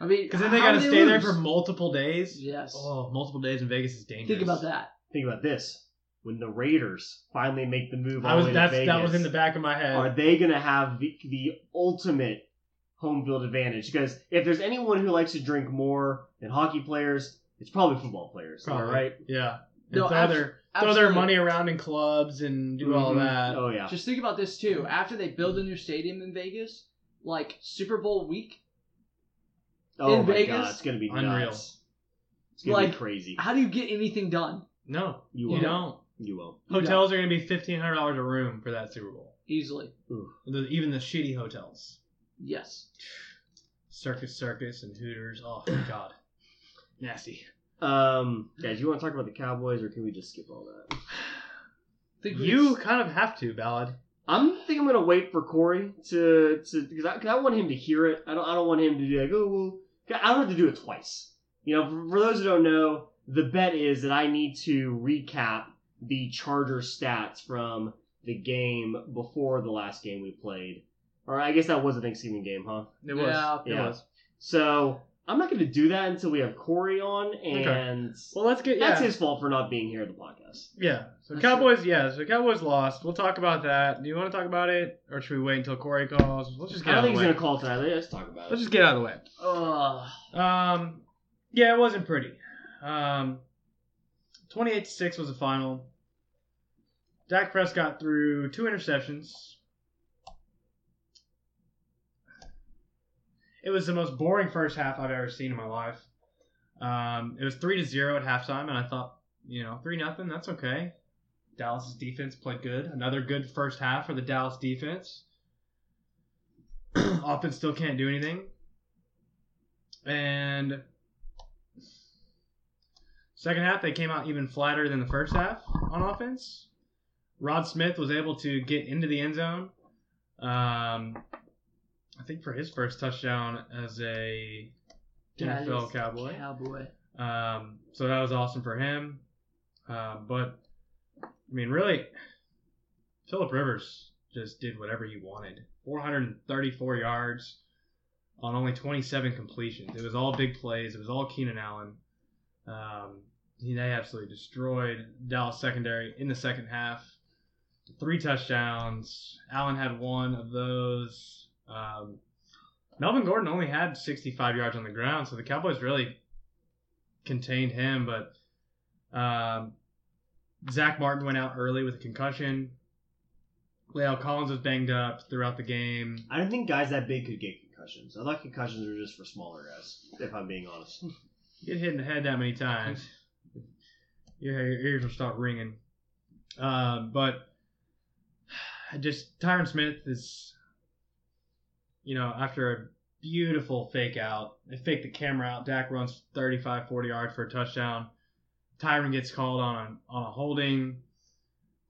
I mean,
Because then they
how
got
do
to stay there
lose?
for multiple days.
Yes.
Oh, multiple days in Vegas is dangerous.
Think about that.
Think about this: when the Raiders finally make the move,
I
all
was
the way to
that's that
Vegas,
was in the back of my head.
Are they going to have the, the ultimate home field advantage? Because if there's anyone who likes to drink more than hockey players, it's probably football players. Am I
Probably.
right?
Yeah. And
No,
throw
abs-
their throw
absolutely.
their money around in clubs and do all
Mhm.
that.
Oh yeah.
Just think about this too. After they build a new stadium in Vegas, like Super Bowl week,
oh
in
my
Vegas?
god, it's going to be
Unreal.
nuts. It's going to
Like-
be crazy.
how do you get anything done
No,
You
you,
won't.
don't.
You will.
Hotels are going to be fifteen hundred dollars a room for that Super Bowl.
easily?
The, even the shitty hotels,
Yes.
Circus Circus and Hooters. Oh my god, nasty.
Um, guys, you want to talk about the Cowboys, or can we just skip all that?
Think we
You kind of have to, Ballad.
I'm think I'm gonna wait for Corey to to because I, 'cause I want him to hear it. I don't I don't want him to be like, oh well, I don't have to do it twice. You know, for, for those who don't know, the bet is that I need to recap the Charger stats from the game before the last game we played. Or I guess that was a Thanksgiving game, huh?
It was.
Yeah.
It
Yeah.
was.
So I'm not going to do that until we have Corey on, and
Well, let's get. Yeah.
that's his fault for not being here at the podcast.
Yeah. So
That's
Cowboys, yeah. So Cowboys lost. We'll talk about that. Do you want to talk about it, or should we wait until Corey calls? Let's just
I
get
don't
out of
think
the
he's
way.
going to call tonight. Let's talk about it.
Let's just get out of the way.
Ugh.
Um, yeah, it wasn't pretty. Um, 28 6 was the final. Dak Prescott threw two interceptions. It was the most boring first half I've ever seen in my life. Um, it was 3 to 0 at halftime, and I thought, you know, 3 nothing, that's okay. Dallas' defense played good. Another good first half for the Dallas defense. *clears throat* Offense still can't do anything. And second half, they came out even flatter than the first half on offense. Rod Smith was able to get into the end zone. Um, I think for his first touchdown as a NFL
Dallas
Cowboy.
Cowboy.
Um, so that was awesome for him. Uh, but I mean, really, Philip Rivers just did whatever he wanted. 434 yards on only 27 completions. It was all big plays. It was all Keenan Allen. Um, he they absolutely destroyed Dallas secondary in the second half. Three touchdowns. Allen had one of those. Um, Melvin Gordon only had 65 yards on the ground, so the Cowboys really contained him. But um, Zach Martin went out early with a concussion. Leo Collins was banged up throughout the game.
I didn't think guys that big could get concussions. I thought concussions were just for smaller guys, if I'm being honest.
You get hit in the head that many times, your, your ears will start ringing. Um, but just Tyron Smith is, you know, after a beautiful fake out, they fake the camera out. Dak runs 35, 40 yards for a touchdown. Tyron gets called on a, on a holding,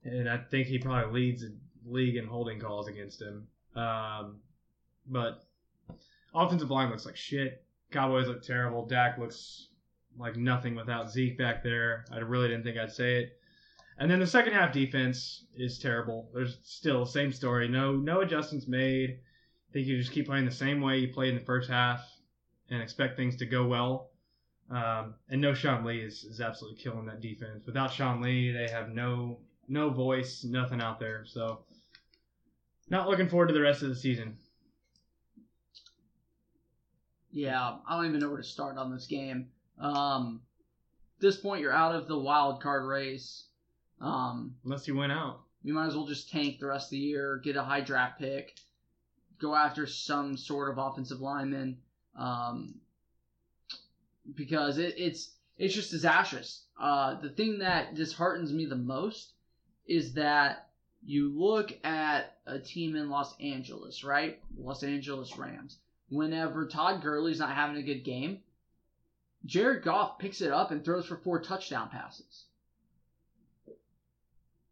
and I think he probably leads the league in holding calls against him. Um, but offensive line looks like shit. Cowboys look terrible. Dak looks like nothing without Zeke back there. I really didn't think I'd say it. And then the second half defense is terrible. There's still same story. No no adjustments made. I think you just keep playing the same way you played in the first half and expect things to go well. Um, and no Sean Lee is, is absolutely killing that defense. Without Sean Lee, they have no no voice, nothing out there. So not looking forward to the rest of the season.
Yeah, I don't even know where to start on this game. Um, at this point, you're out of the wild card race. Um,
Unless you win out.
you might as well just tank the rest of the year, get a high draft pick, go after some sort of offensive lineman, um, because it, it's it's just disastrous. Uh, the thing that disheartens me the most is that you look at a team in Los Angeles, right? Los Angeles Rams. Whenever Todd Gurley's not having a good game, Jared Goff picks it up and throws for four touchdown passes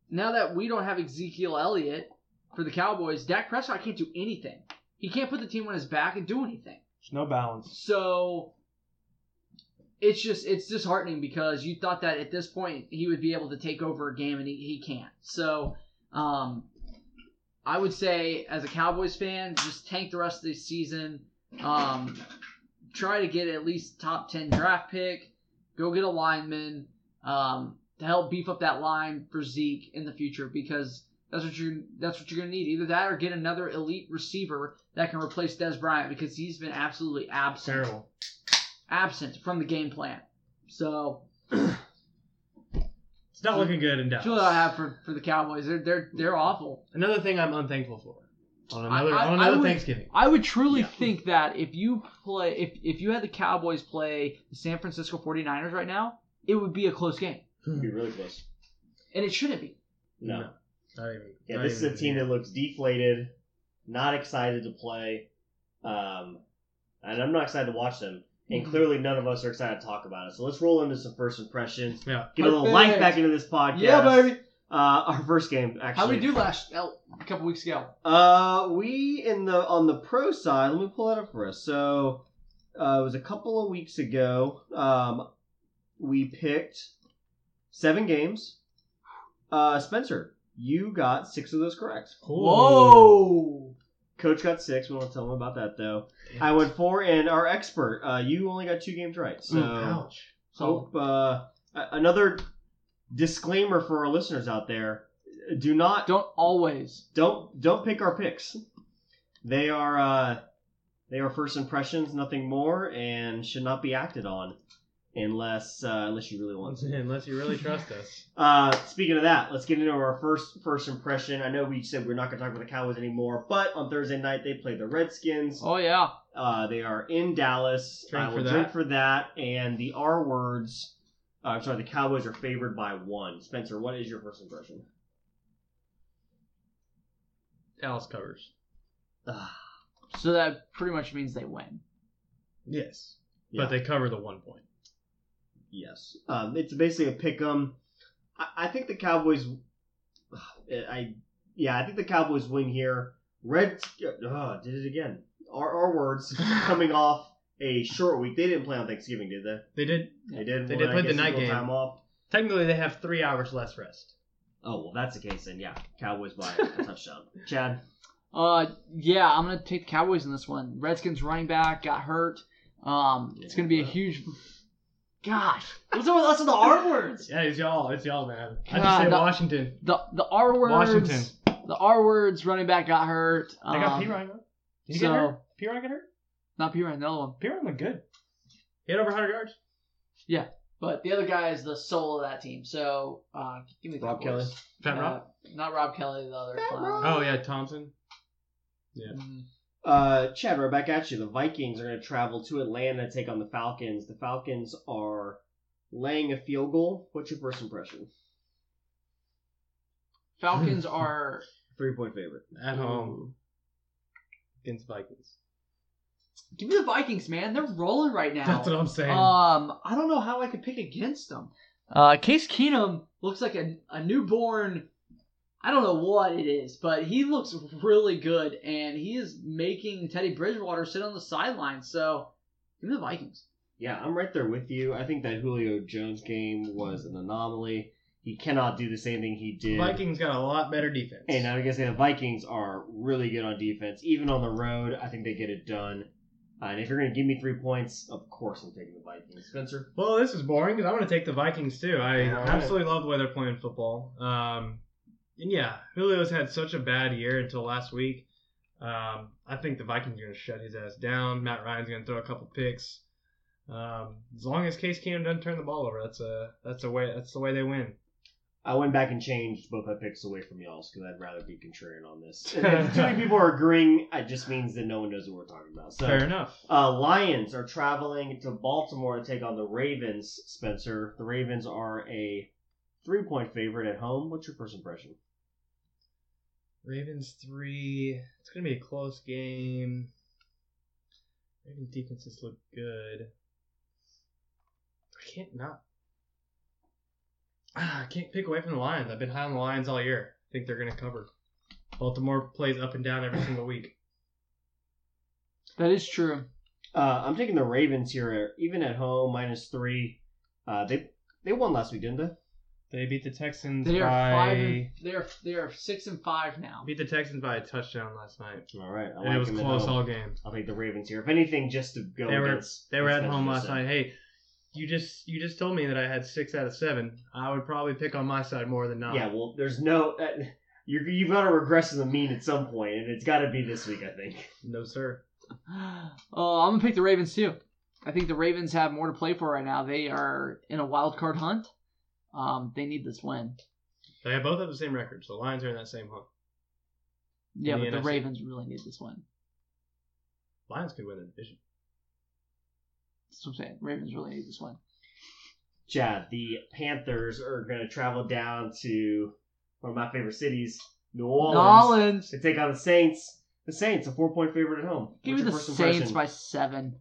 now that we don't have Ezekiel Elliott for the Cowboys, Dak Prescott can't do anything. He can't put the team on his back and do anything.
There's no balance.
So it's just it's disheartening because you thought that at this point he would be able to take over a game and he, he can't. So um, I would say as a Cowboys fan, just tank the rest of the season. Um, try to get at least top ten draft pick. Go get a lineman um, to help beef up that line for Zeke in the future because that's what you that's what you're gonna need. Either that or get another elite receiver that can replace Des Bryant because he's been absolutely absent
Terrible.
absent from the game plan. So
It's not looking good in Dallas.
that's really all I have for, for the Cowboys. They're they're they're awful.
Another thing I'm unthankful for. On
I-
another,
I-
on
I
another
would-
Thanksgiving.
I would truly think that if you play if if you had the Cowboys play the San Francisco 49ers right now, it would be a close game.
Be really close.
And it shouldn't be.
No.
Not even,
Yeah,
not
this is
even-
a team that looks deflated, not excited to play, um, and I'm not excited to watch them. And clearly, none of us are excited to talk about it. So let's roll into some first impressions.
Yeah.
Get a little
Okay.
life back into this podcast.
Yeah, baby.
Uh, our first game, actually.
How we do last uh, a couple weeks ago?
Uh, we in the on the pro side. Let me pull that up for us. So Uh, it was a couple of weeks ago. Um, we picked seven games. Uh, Spencer, you got six of those correct.
Whoa!
Coach got six. We won't tell him about that though. I went four, and our expert, uh, you only got two games right. So
Oh,
ouch.
hope uh, a- another disclaimer for our listeners out there: do not
Don't always.
don't don't pick our picks. They are uh, they are first impressions, nothing more, and should not be acted on unless uh, unless you really want to.
Unless you really trust us.
Uh, speaking of that, let's get into our first first impression. I know we said we're not going to talk about the Cowboys anymore, but on Thursday night they play the Redskins.
Oh yeah.
Uh, they are in Dallas.
Drink
I
for
will
that.
drink for that. And the R words. Uh, I'm sorry, the Cowboys are favored by one. Spencer, what is your first impression?
Alice covers.
Ah,
So that pretty much means they win.
Yes.
Yeah.
But they cover the one point.
yes, um, it's basically a pick 'em. I, I think the Cowboys. *sighs* I yeah, I think the Cowboys win here. Red uh, did it again. R
*laughs*
R words coming off a short week. They didn't play on Thanksgiving, did they?
They did.
They did.
They did play
when I
the
guess
night
equal
game.
Time off.
Technically, they have three hours less rest.
Oh well, that's the case then. Yeah, Cowboys by
*laughs*
a touchdown. Chad.
Uh, yeah, I'm gonna take the Cowboys in this one. Redskins running back got hurt. Um, it's gonna be a
Yeah.
huge. *laughs* Gosh, what's up with us with the R words?
Yeah, it's y'all. It's y'all, man. I just
God,
said
the-
Washington.
The the R words.
Washington.
The R words. Running back got hurt.
They got
Um,
P Ryan. though. Did he
so-
get hurt? P Ryan get hurt?
Not P Ryan, the other one.
P Ryan looked good. He had over 100 yards.
But the other guy is the soul of that team. So uh, give me the
Rob
Cowboys.
Kelly.
Fat
Uh,
Rob.
Not Rob Kelly, the other. clown.
Oh yeah, Thompson. yeah.
Mm,
Uh, Chad, right back at you. The Vikings are going to travel to Atlanta to take on the Falcons. The Falcons are laying a field goal. What's your first impression?
*laughs*
Falcons are.
Three point favorite.
At home against Vikings.
Give me the Vikings, man. They're rolling right now.
That's what I'm saying.
Um, I don't know how I could pick against them. Uh, Case Keenum looks like a, a newborn. I don't know what it is, but he looks really good, and he is making Teddy Bridgewater sit on the sideline. So, give me the Vikings.
Yeah, I'm right there with you. I think that Julio Jones game was an anomaly. He cannot do the same thing he did.
Vikings got a lot better defense.
And I was gonna say the Vikings are really good on defense, even on the road. I think they get it done. Uh, and if you're gonna give me three points, of course I'm taking the Vikings. Spencer,
Well, this is boring because I'm going to take the Vikings too. I
Yeah, all right.
absolutely love the way they're playing football. Um, and yeah, Julio's had such a bad year until last week. Um, I think the Vikings are going to shut his ass down. Matt Ryan's going to throw a couple picks. Um, as long as Case Keenum doesn't turn the ball over, that's a that's a way that's the way they win.
I went back and changed both my picks away from y'all's because I'd rather be contrarian
*laughs*
on this. And if too many people are agreeing. It just means that no one knows what we're talking about. So
Fair enough.
Uh, Lions are traveling to Baltimore to take on the Ravens. Spencer, the Ravens are a three point favorite at home. What's your first impression?
Ravens three. It's gonna be a close game. Ravens defenses look good. I can't not. Ah, I can't pick away from the Lions. I've been high on the Lions all year. I think they're gonna cover. Baltimore plays up and down every single week.
That is true.
Uh, I'm taking the Ravens here, even at home, minus three. Uh, they they won last week, didn't they?
They beat the Texans
They are
by
five. And, they are they are six and five now.
beat the Texans by a touchdown last night,
All right, I
and it was
them at
close
home.
all game.
I'll take the Ravens here. If anything, just to go
They were-
against.
They were at
against
home last
Minnesota.
night. Hey, you just you just told me that I had six out of seven. I would probably pick on my side more than not.
Yeah, well, there's no. Uh, *laughs* you're, you've got to regress to the mean at some point, and it's got to be this week, I think.
No, sir.
*gasps* Oh, I'm gonna pick the Ravens too. I think the Ravens have more to play for right now. They are in a wild card hunt. Um, they need this win.
They both have the same record, so the Lions are in that same hunt.
Yeah,
In the
but the
NFC.
Ravens really need this win.
Lions could win the division.
That's what I'm saying. Ravens really need this win.
Chad, the Panthers are going to travel down to one of my favorite cities, New Orleans,
Nolan.
to take on the Saints. The Saints, a four-point favorite at home.
Give
What's
me the
your first
Saints
impression?
by seven.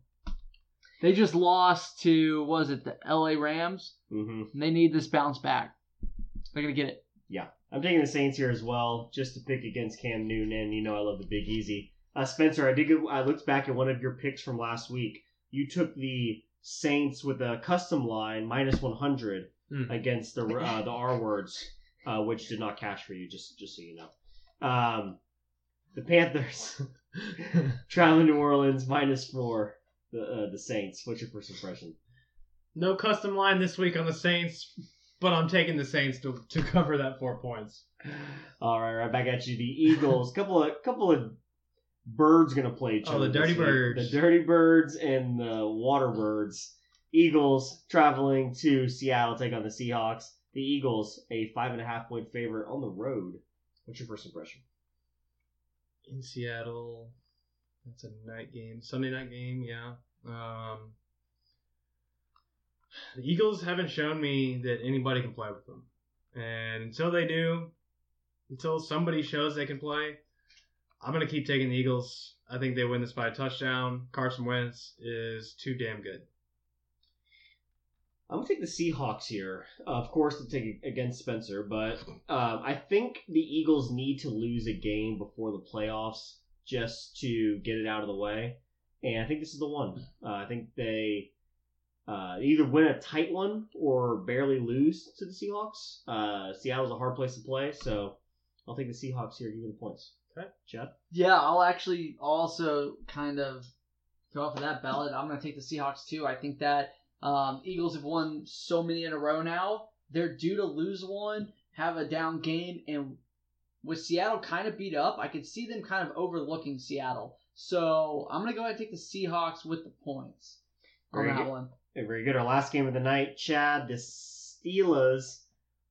They just lost to what was it the L.A. Rams?
Mhm.
And they need this bounce back. They're gonna get it.
I'm taking the Saints here as well, just to pick against Cam Newton, and you know I love the Big Easy. Uh, Spencer, I did. Get, I looked back at one of your picks from last week. you took the Saints with a custom line minus 100
Mm.
against the uh, the R words, uh, which did not cash for you. Just just so you know, um, the Panthers *laughs* traveling to New Orleans minus four. The uh, the Saints. What's your first impression?
No custom line this week on the Saints, but I'm taking the Saints to, to cover that four points.
All right, right back at you.
*laughs*
The Eagles. Couple of couple of birds gonna play each
Oh,
other.
the
this
Dirty
week.
Birds.
The Dirty Birds and the Water Birds. Eagles traveling to Seattle take on the Seahawks. The Eagles a five and a half point favorite on the road. What's your first impression?
In Seattle, that's a night game, Sunday night game. Yeah. Um, the Eagles haven't shown me that anybody can play with them, and until they do, until somebody shows they can play, I'm gonna keep taking the Eagles. I think they win this by a touchdown. Carson Wentz is too damn good.
I'm gonna take the Seahawks here, uh, of course, to take against Spencer, but um, I think the Eagles need to lose a game before the playoffs just to get it out of the way, and I think this is the one. Uh, I think they uh, either win a tight one or barely lose to the Seahawks. Uh, Seattle's a hard place to play, so I'll take the Seahawks here, give me the points.
Okay.
Chad.
Yeah, I'll actually also kind of go off of that ballot. I'm going to take the Seahawks too. I think that um, Eagles have won so many in a row now. They're due to lose one, have a down game, and with Seattle kind of beat up, I could see them kind of overlooking Seattle. So I'm going to go ahead and take the Seahawks with the points on
Very
that
good.
one.
Okay, Very good. Our last game of the night, Chad. The Steelers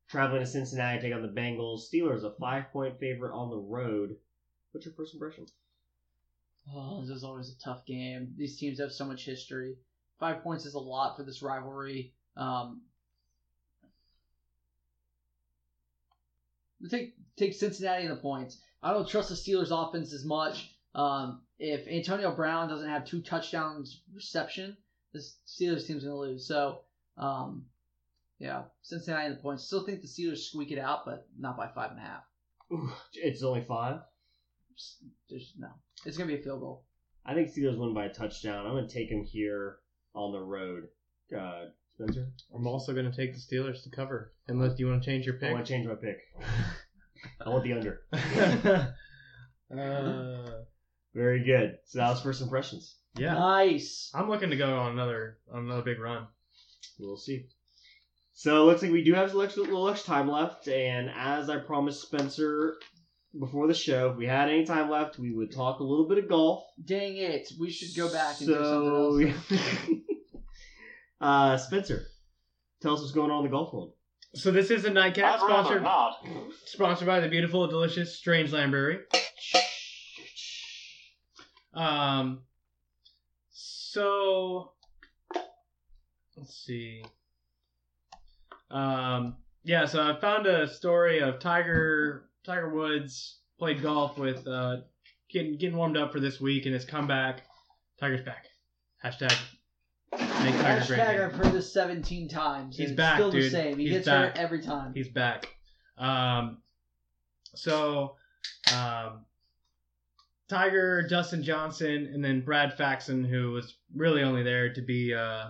traveling to Cincinnati to take on the Bengals. Steelers a five point favorite on the road. What's your first impression?
Oh, this is always a tough game. These teams have so much history. Five points is a lot for this rivalry. Um, we'll take take Cincinnati in the points. I don't trust the Steelers' offense as much. Um, if Antonio Brown doesn't have two touchdowns reception, the Steelers team's gonna lose. So, um, yeah, Cincinnati in the points. Still think the Steelers squeak it out, but not by five and a half.
It's only five.
Just, there's no. It's gonna be a field goal.
I think Steelers win by a touchdown. I'm going to take them here on the road. Uh, Spencer, Uh,
I'm also going to take the Steelers to cover, unless you want to change your
I
pick.
want to change my *laughs* pick. I want the under.
*laughs* uh,
Very good. So that was first impressions.
yeah,
Uh,
Nice.
I'm looking to go on another on another big run.
We'll see. So it looks like we do have a little- little extra time left, and as I promised Spencer before the show, if we had any time left, we would talk a little bit of golf.
Dang it! We should go back and
So-
do something else.
*laughs* uh, Spencer, tell us what's going on in the golf world.
So this is a nightcap sponsored sponsored by the beautiful, delicious Strange Land Brewery. Um, so let's see. Um, yeah, so I found a story of Tiger Tiger Woods played golf with uh, getting getting warmed up for this week and his comeback. Tiger's back. Hashtag make Tiger great.
Hashtag
again.
I've heard this 17 times.
He's
and it's
back,
still the
dude.
same. He
He's
gets hurt
back.
every time.
He's back. Um, so, um, Tiger, Dustin Johnson, and then Brad Faxon, who was really only there to be uh,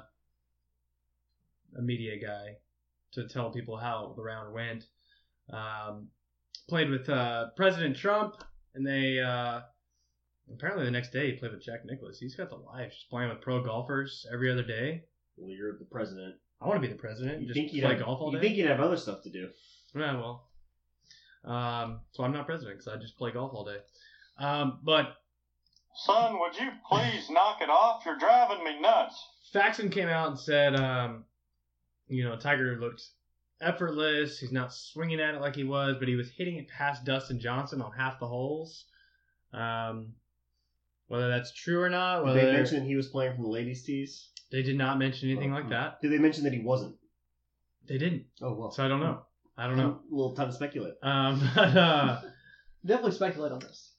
a media guy to tell people how the round went, um, played with uh, President Trump, and they uh, apparently the next day he played with Jack Nicholas. He's got the life, just playing with pro golfers every other day.
Well, you're the president.
I want to be the president. and
You
just
think you'd
play
have,
golf all day.
you think you'd have other stuff to do?
Yeah, well, um, so I'm not president because I just play golf all day. Um, but
Son, would you please knock it off? You're driving me nuts.
Faxon came out and said, um, you know, Tiger looked effortless. He's not swinging at it like he was, but he was hitting it past Dustin Johnson on half the holes. Um, whether that's true or not,
Did
whether
they mention he was playing from the ladies' tees?
they did not mention anything
Oh.
like that.
Did they mention that he wasn't?
They didn't.
Oh well.
So I don't know. I don't know.
A little time to speculate.
*laughs* Um, but, uh,
Definitely speculate on this.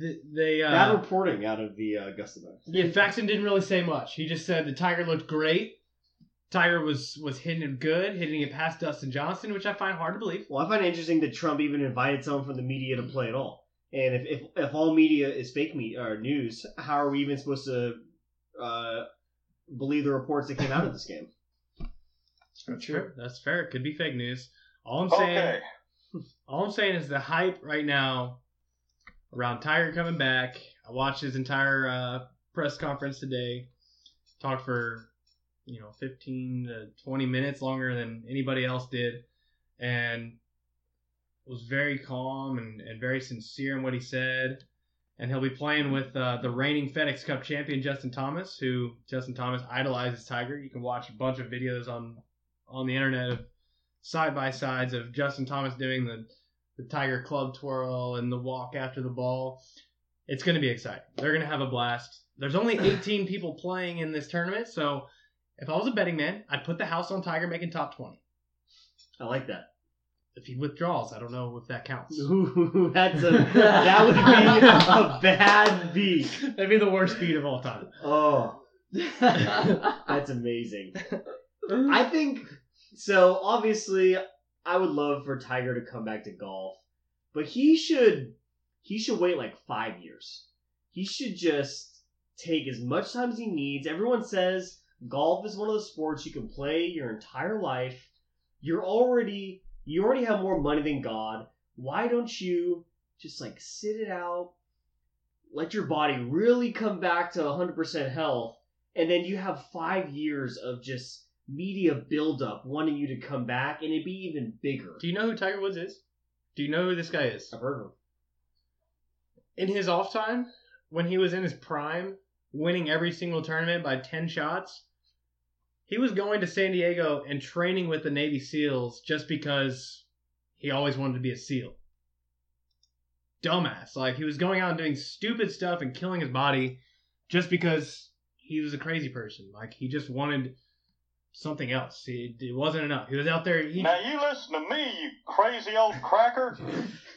th- they uh,
Bad reporting out of the uh, Augusta Bank.
Yeah, Faxon didn't really say much. He just said the Tiger looked great. Tiger was was hitting it good, hitting it past Dustin Johnson, which I find hard to believe.
Well, I find it interesting that Trump even invited someone from the media to play at all. And if, if, if all media is fake me or news, how are we even supposed to uh, believe the reports that came out of this game.
That's true. That's fair. It could be fake news. All I'm saying,
Okay.
*laughs* all I'm saying is the hype right now around Tiger coming back. I watched his entire uh, press conference today. Talked for you know 15 to 20 minutes longer than anybody else did, and was very calm and, and very sincere in what he said. And he'll be playing with uh, the reigning FedEx Cup champion Justin Thomas, who Justin Thomas idolizes Tiger. You can watch a bunch of videos on on the internet of side by sides of Justin Thomas doing the the Tiger club twirl and the walk after the ball. It's going to be exciting. They're going to have a blast. There's only 18 people playing in this tournament, so if I was a betting man, I'd put the house on Tiger making top 20.
I
*laughs*
like that.
If he withdraws, I don't know if that counts.
Ooh, that's a that would be a
*laughs*
bad beat.
That'd be the worst beat of all time.
Oh, *laughs* that's amazing. I think so. Obviously, I would love for Tiger to come back to golf, but he should he should wait like five years. He should just take as much time as he needs. Everyone says golf is one of the sports you can play your entire life. You're already you already have more money than God. Why don't you just like sit it out, let your body really come back to 100% health, and then you have five years of just media buildup wanting you to come back, and it'd be even bigger.
Do you know who Tiger Woods is? Do you know who this guy is?
I've heard of
In
him.
his off time, when he was in his prime, winning every single tournament by 10 shots, he was going to San Diego and training with the Navy SEALs just because he always wanted to be a SEAL. Dumbass. Like, he was going out and doing stupid stuff and killing his body just because he was a crazy person. Like, he just wanted something else. He, it wasn't enough. He was out there. He,
Now you listen to me, you crazy old cracker.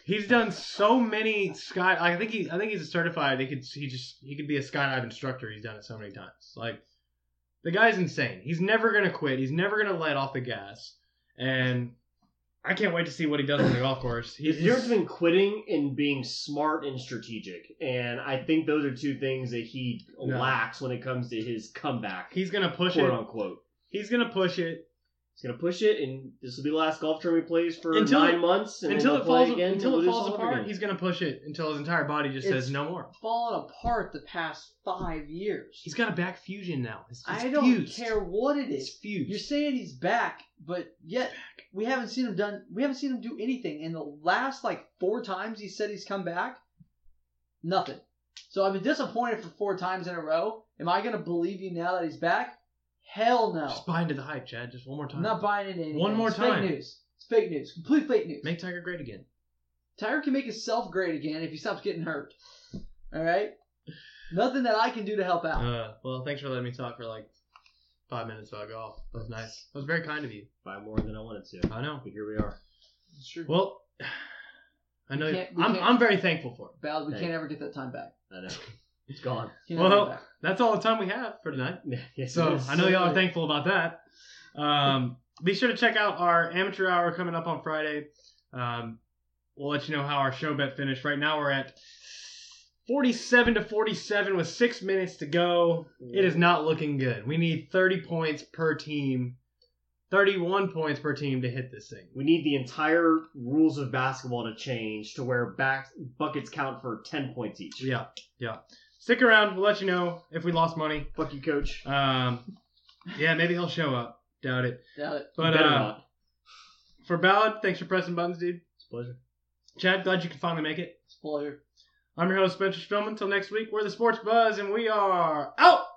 He's done so many sky. I think he. I think he's certified. He could. He just. He could be a skydive instructor. He's done it so many times. Like, the guy's insane. He's never gonna quit. He's never gonna let off the gas. And I can't wait to see what he does on the golf course.
There's
He's
a difference between quitting and being smart and strategic, and I think those are two things that he
No.
lacks when it comes to his comeback,
he's gonna push
quote
it.
unquote.
He's gonna push it
He's gonna push it, and this will be the last golf tournament he plays for
Until
nine
it-
months, and
until it
then he'll play
falls.
again,
Until
and
it
we'll do
falls
this all over
apart.
again.
He's gonna push it until his entire body just
It's-
says no more.
Fallen apart the past five years.
He's got a back fusion now. It's, it's
I don't
fused.
care what it
It's
is.
fused.
You're saying he's back, but yet we haven't seen him done. We haven't seen him do anything in the last like four times he said he's come back. Nothing. So I've been disappointed for four times in a row. Am I gonna believe you now that he's back? Hell no.
Just buy into the hype, Chad. Just one more
I'm
time.
not buying into anything.
One more
it's
time.
Fake news. It's fake news. Complete fake news.
Make Tiger great again.
Tiger can make himself great again if he stops getting hurt. All right. Nothing that I can do to help out.
Uh, well, thanks for letting me talk for like five minutes about golf. That was nice. That was very kind of you.
Buy more than I wanted to,
I know.
but here we are.
it's true.
Well, *sighs* I know.
We can't- we
I'm,
can't-
I'm very thankful for it.
Bad, we
Hey.
can't ever get that time back.
I know
*laughs*
it's gone.
Can't ever
Well,
get it back.
that's all the time we have for tonight.
*laughs* Yes, it
So
is.
I know y'all are thankful about that. Um, be sure to check out our amateur hour coming up on Friday. Um, we'll let you know how our show bet finished. Right now we're at 47 to 47 with six minutes to go. It is not looking good. We need 30 points per team, 31 points per team to hit this thing.
We need the entire rules of basketball to change to where back buckets count for ten points each.
Yeah, yeah. Stick around. We'll let you know if we lost money.
Fuck you, coach.
Um, yeah, maybe he'll show up. Doubt it.
Doubt it.
But
Better
uh,
not.
for Ballad, thanks for pressing buttons, dude.
It's a pleasure.
Chad, glad you could finally make it.
Spoiler.
I'm your host, Spencer Spillman. Until next week, we're the Sports Buzz, and we are out!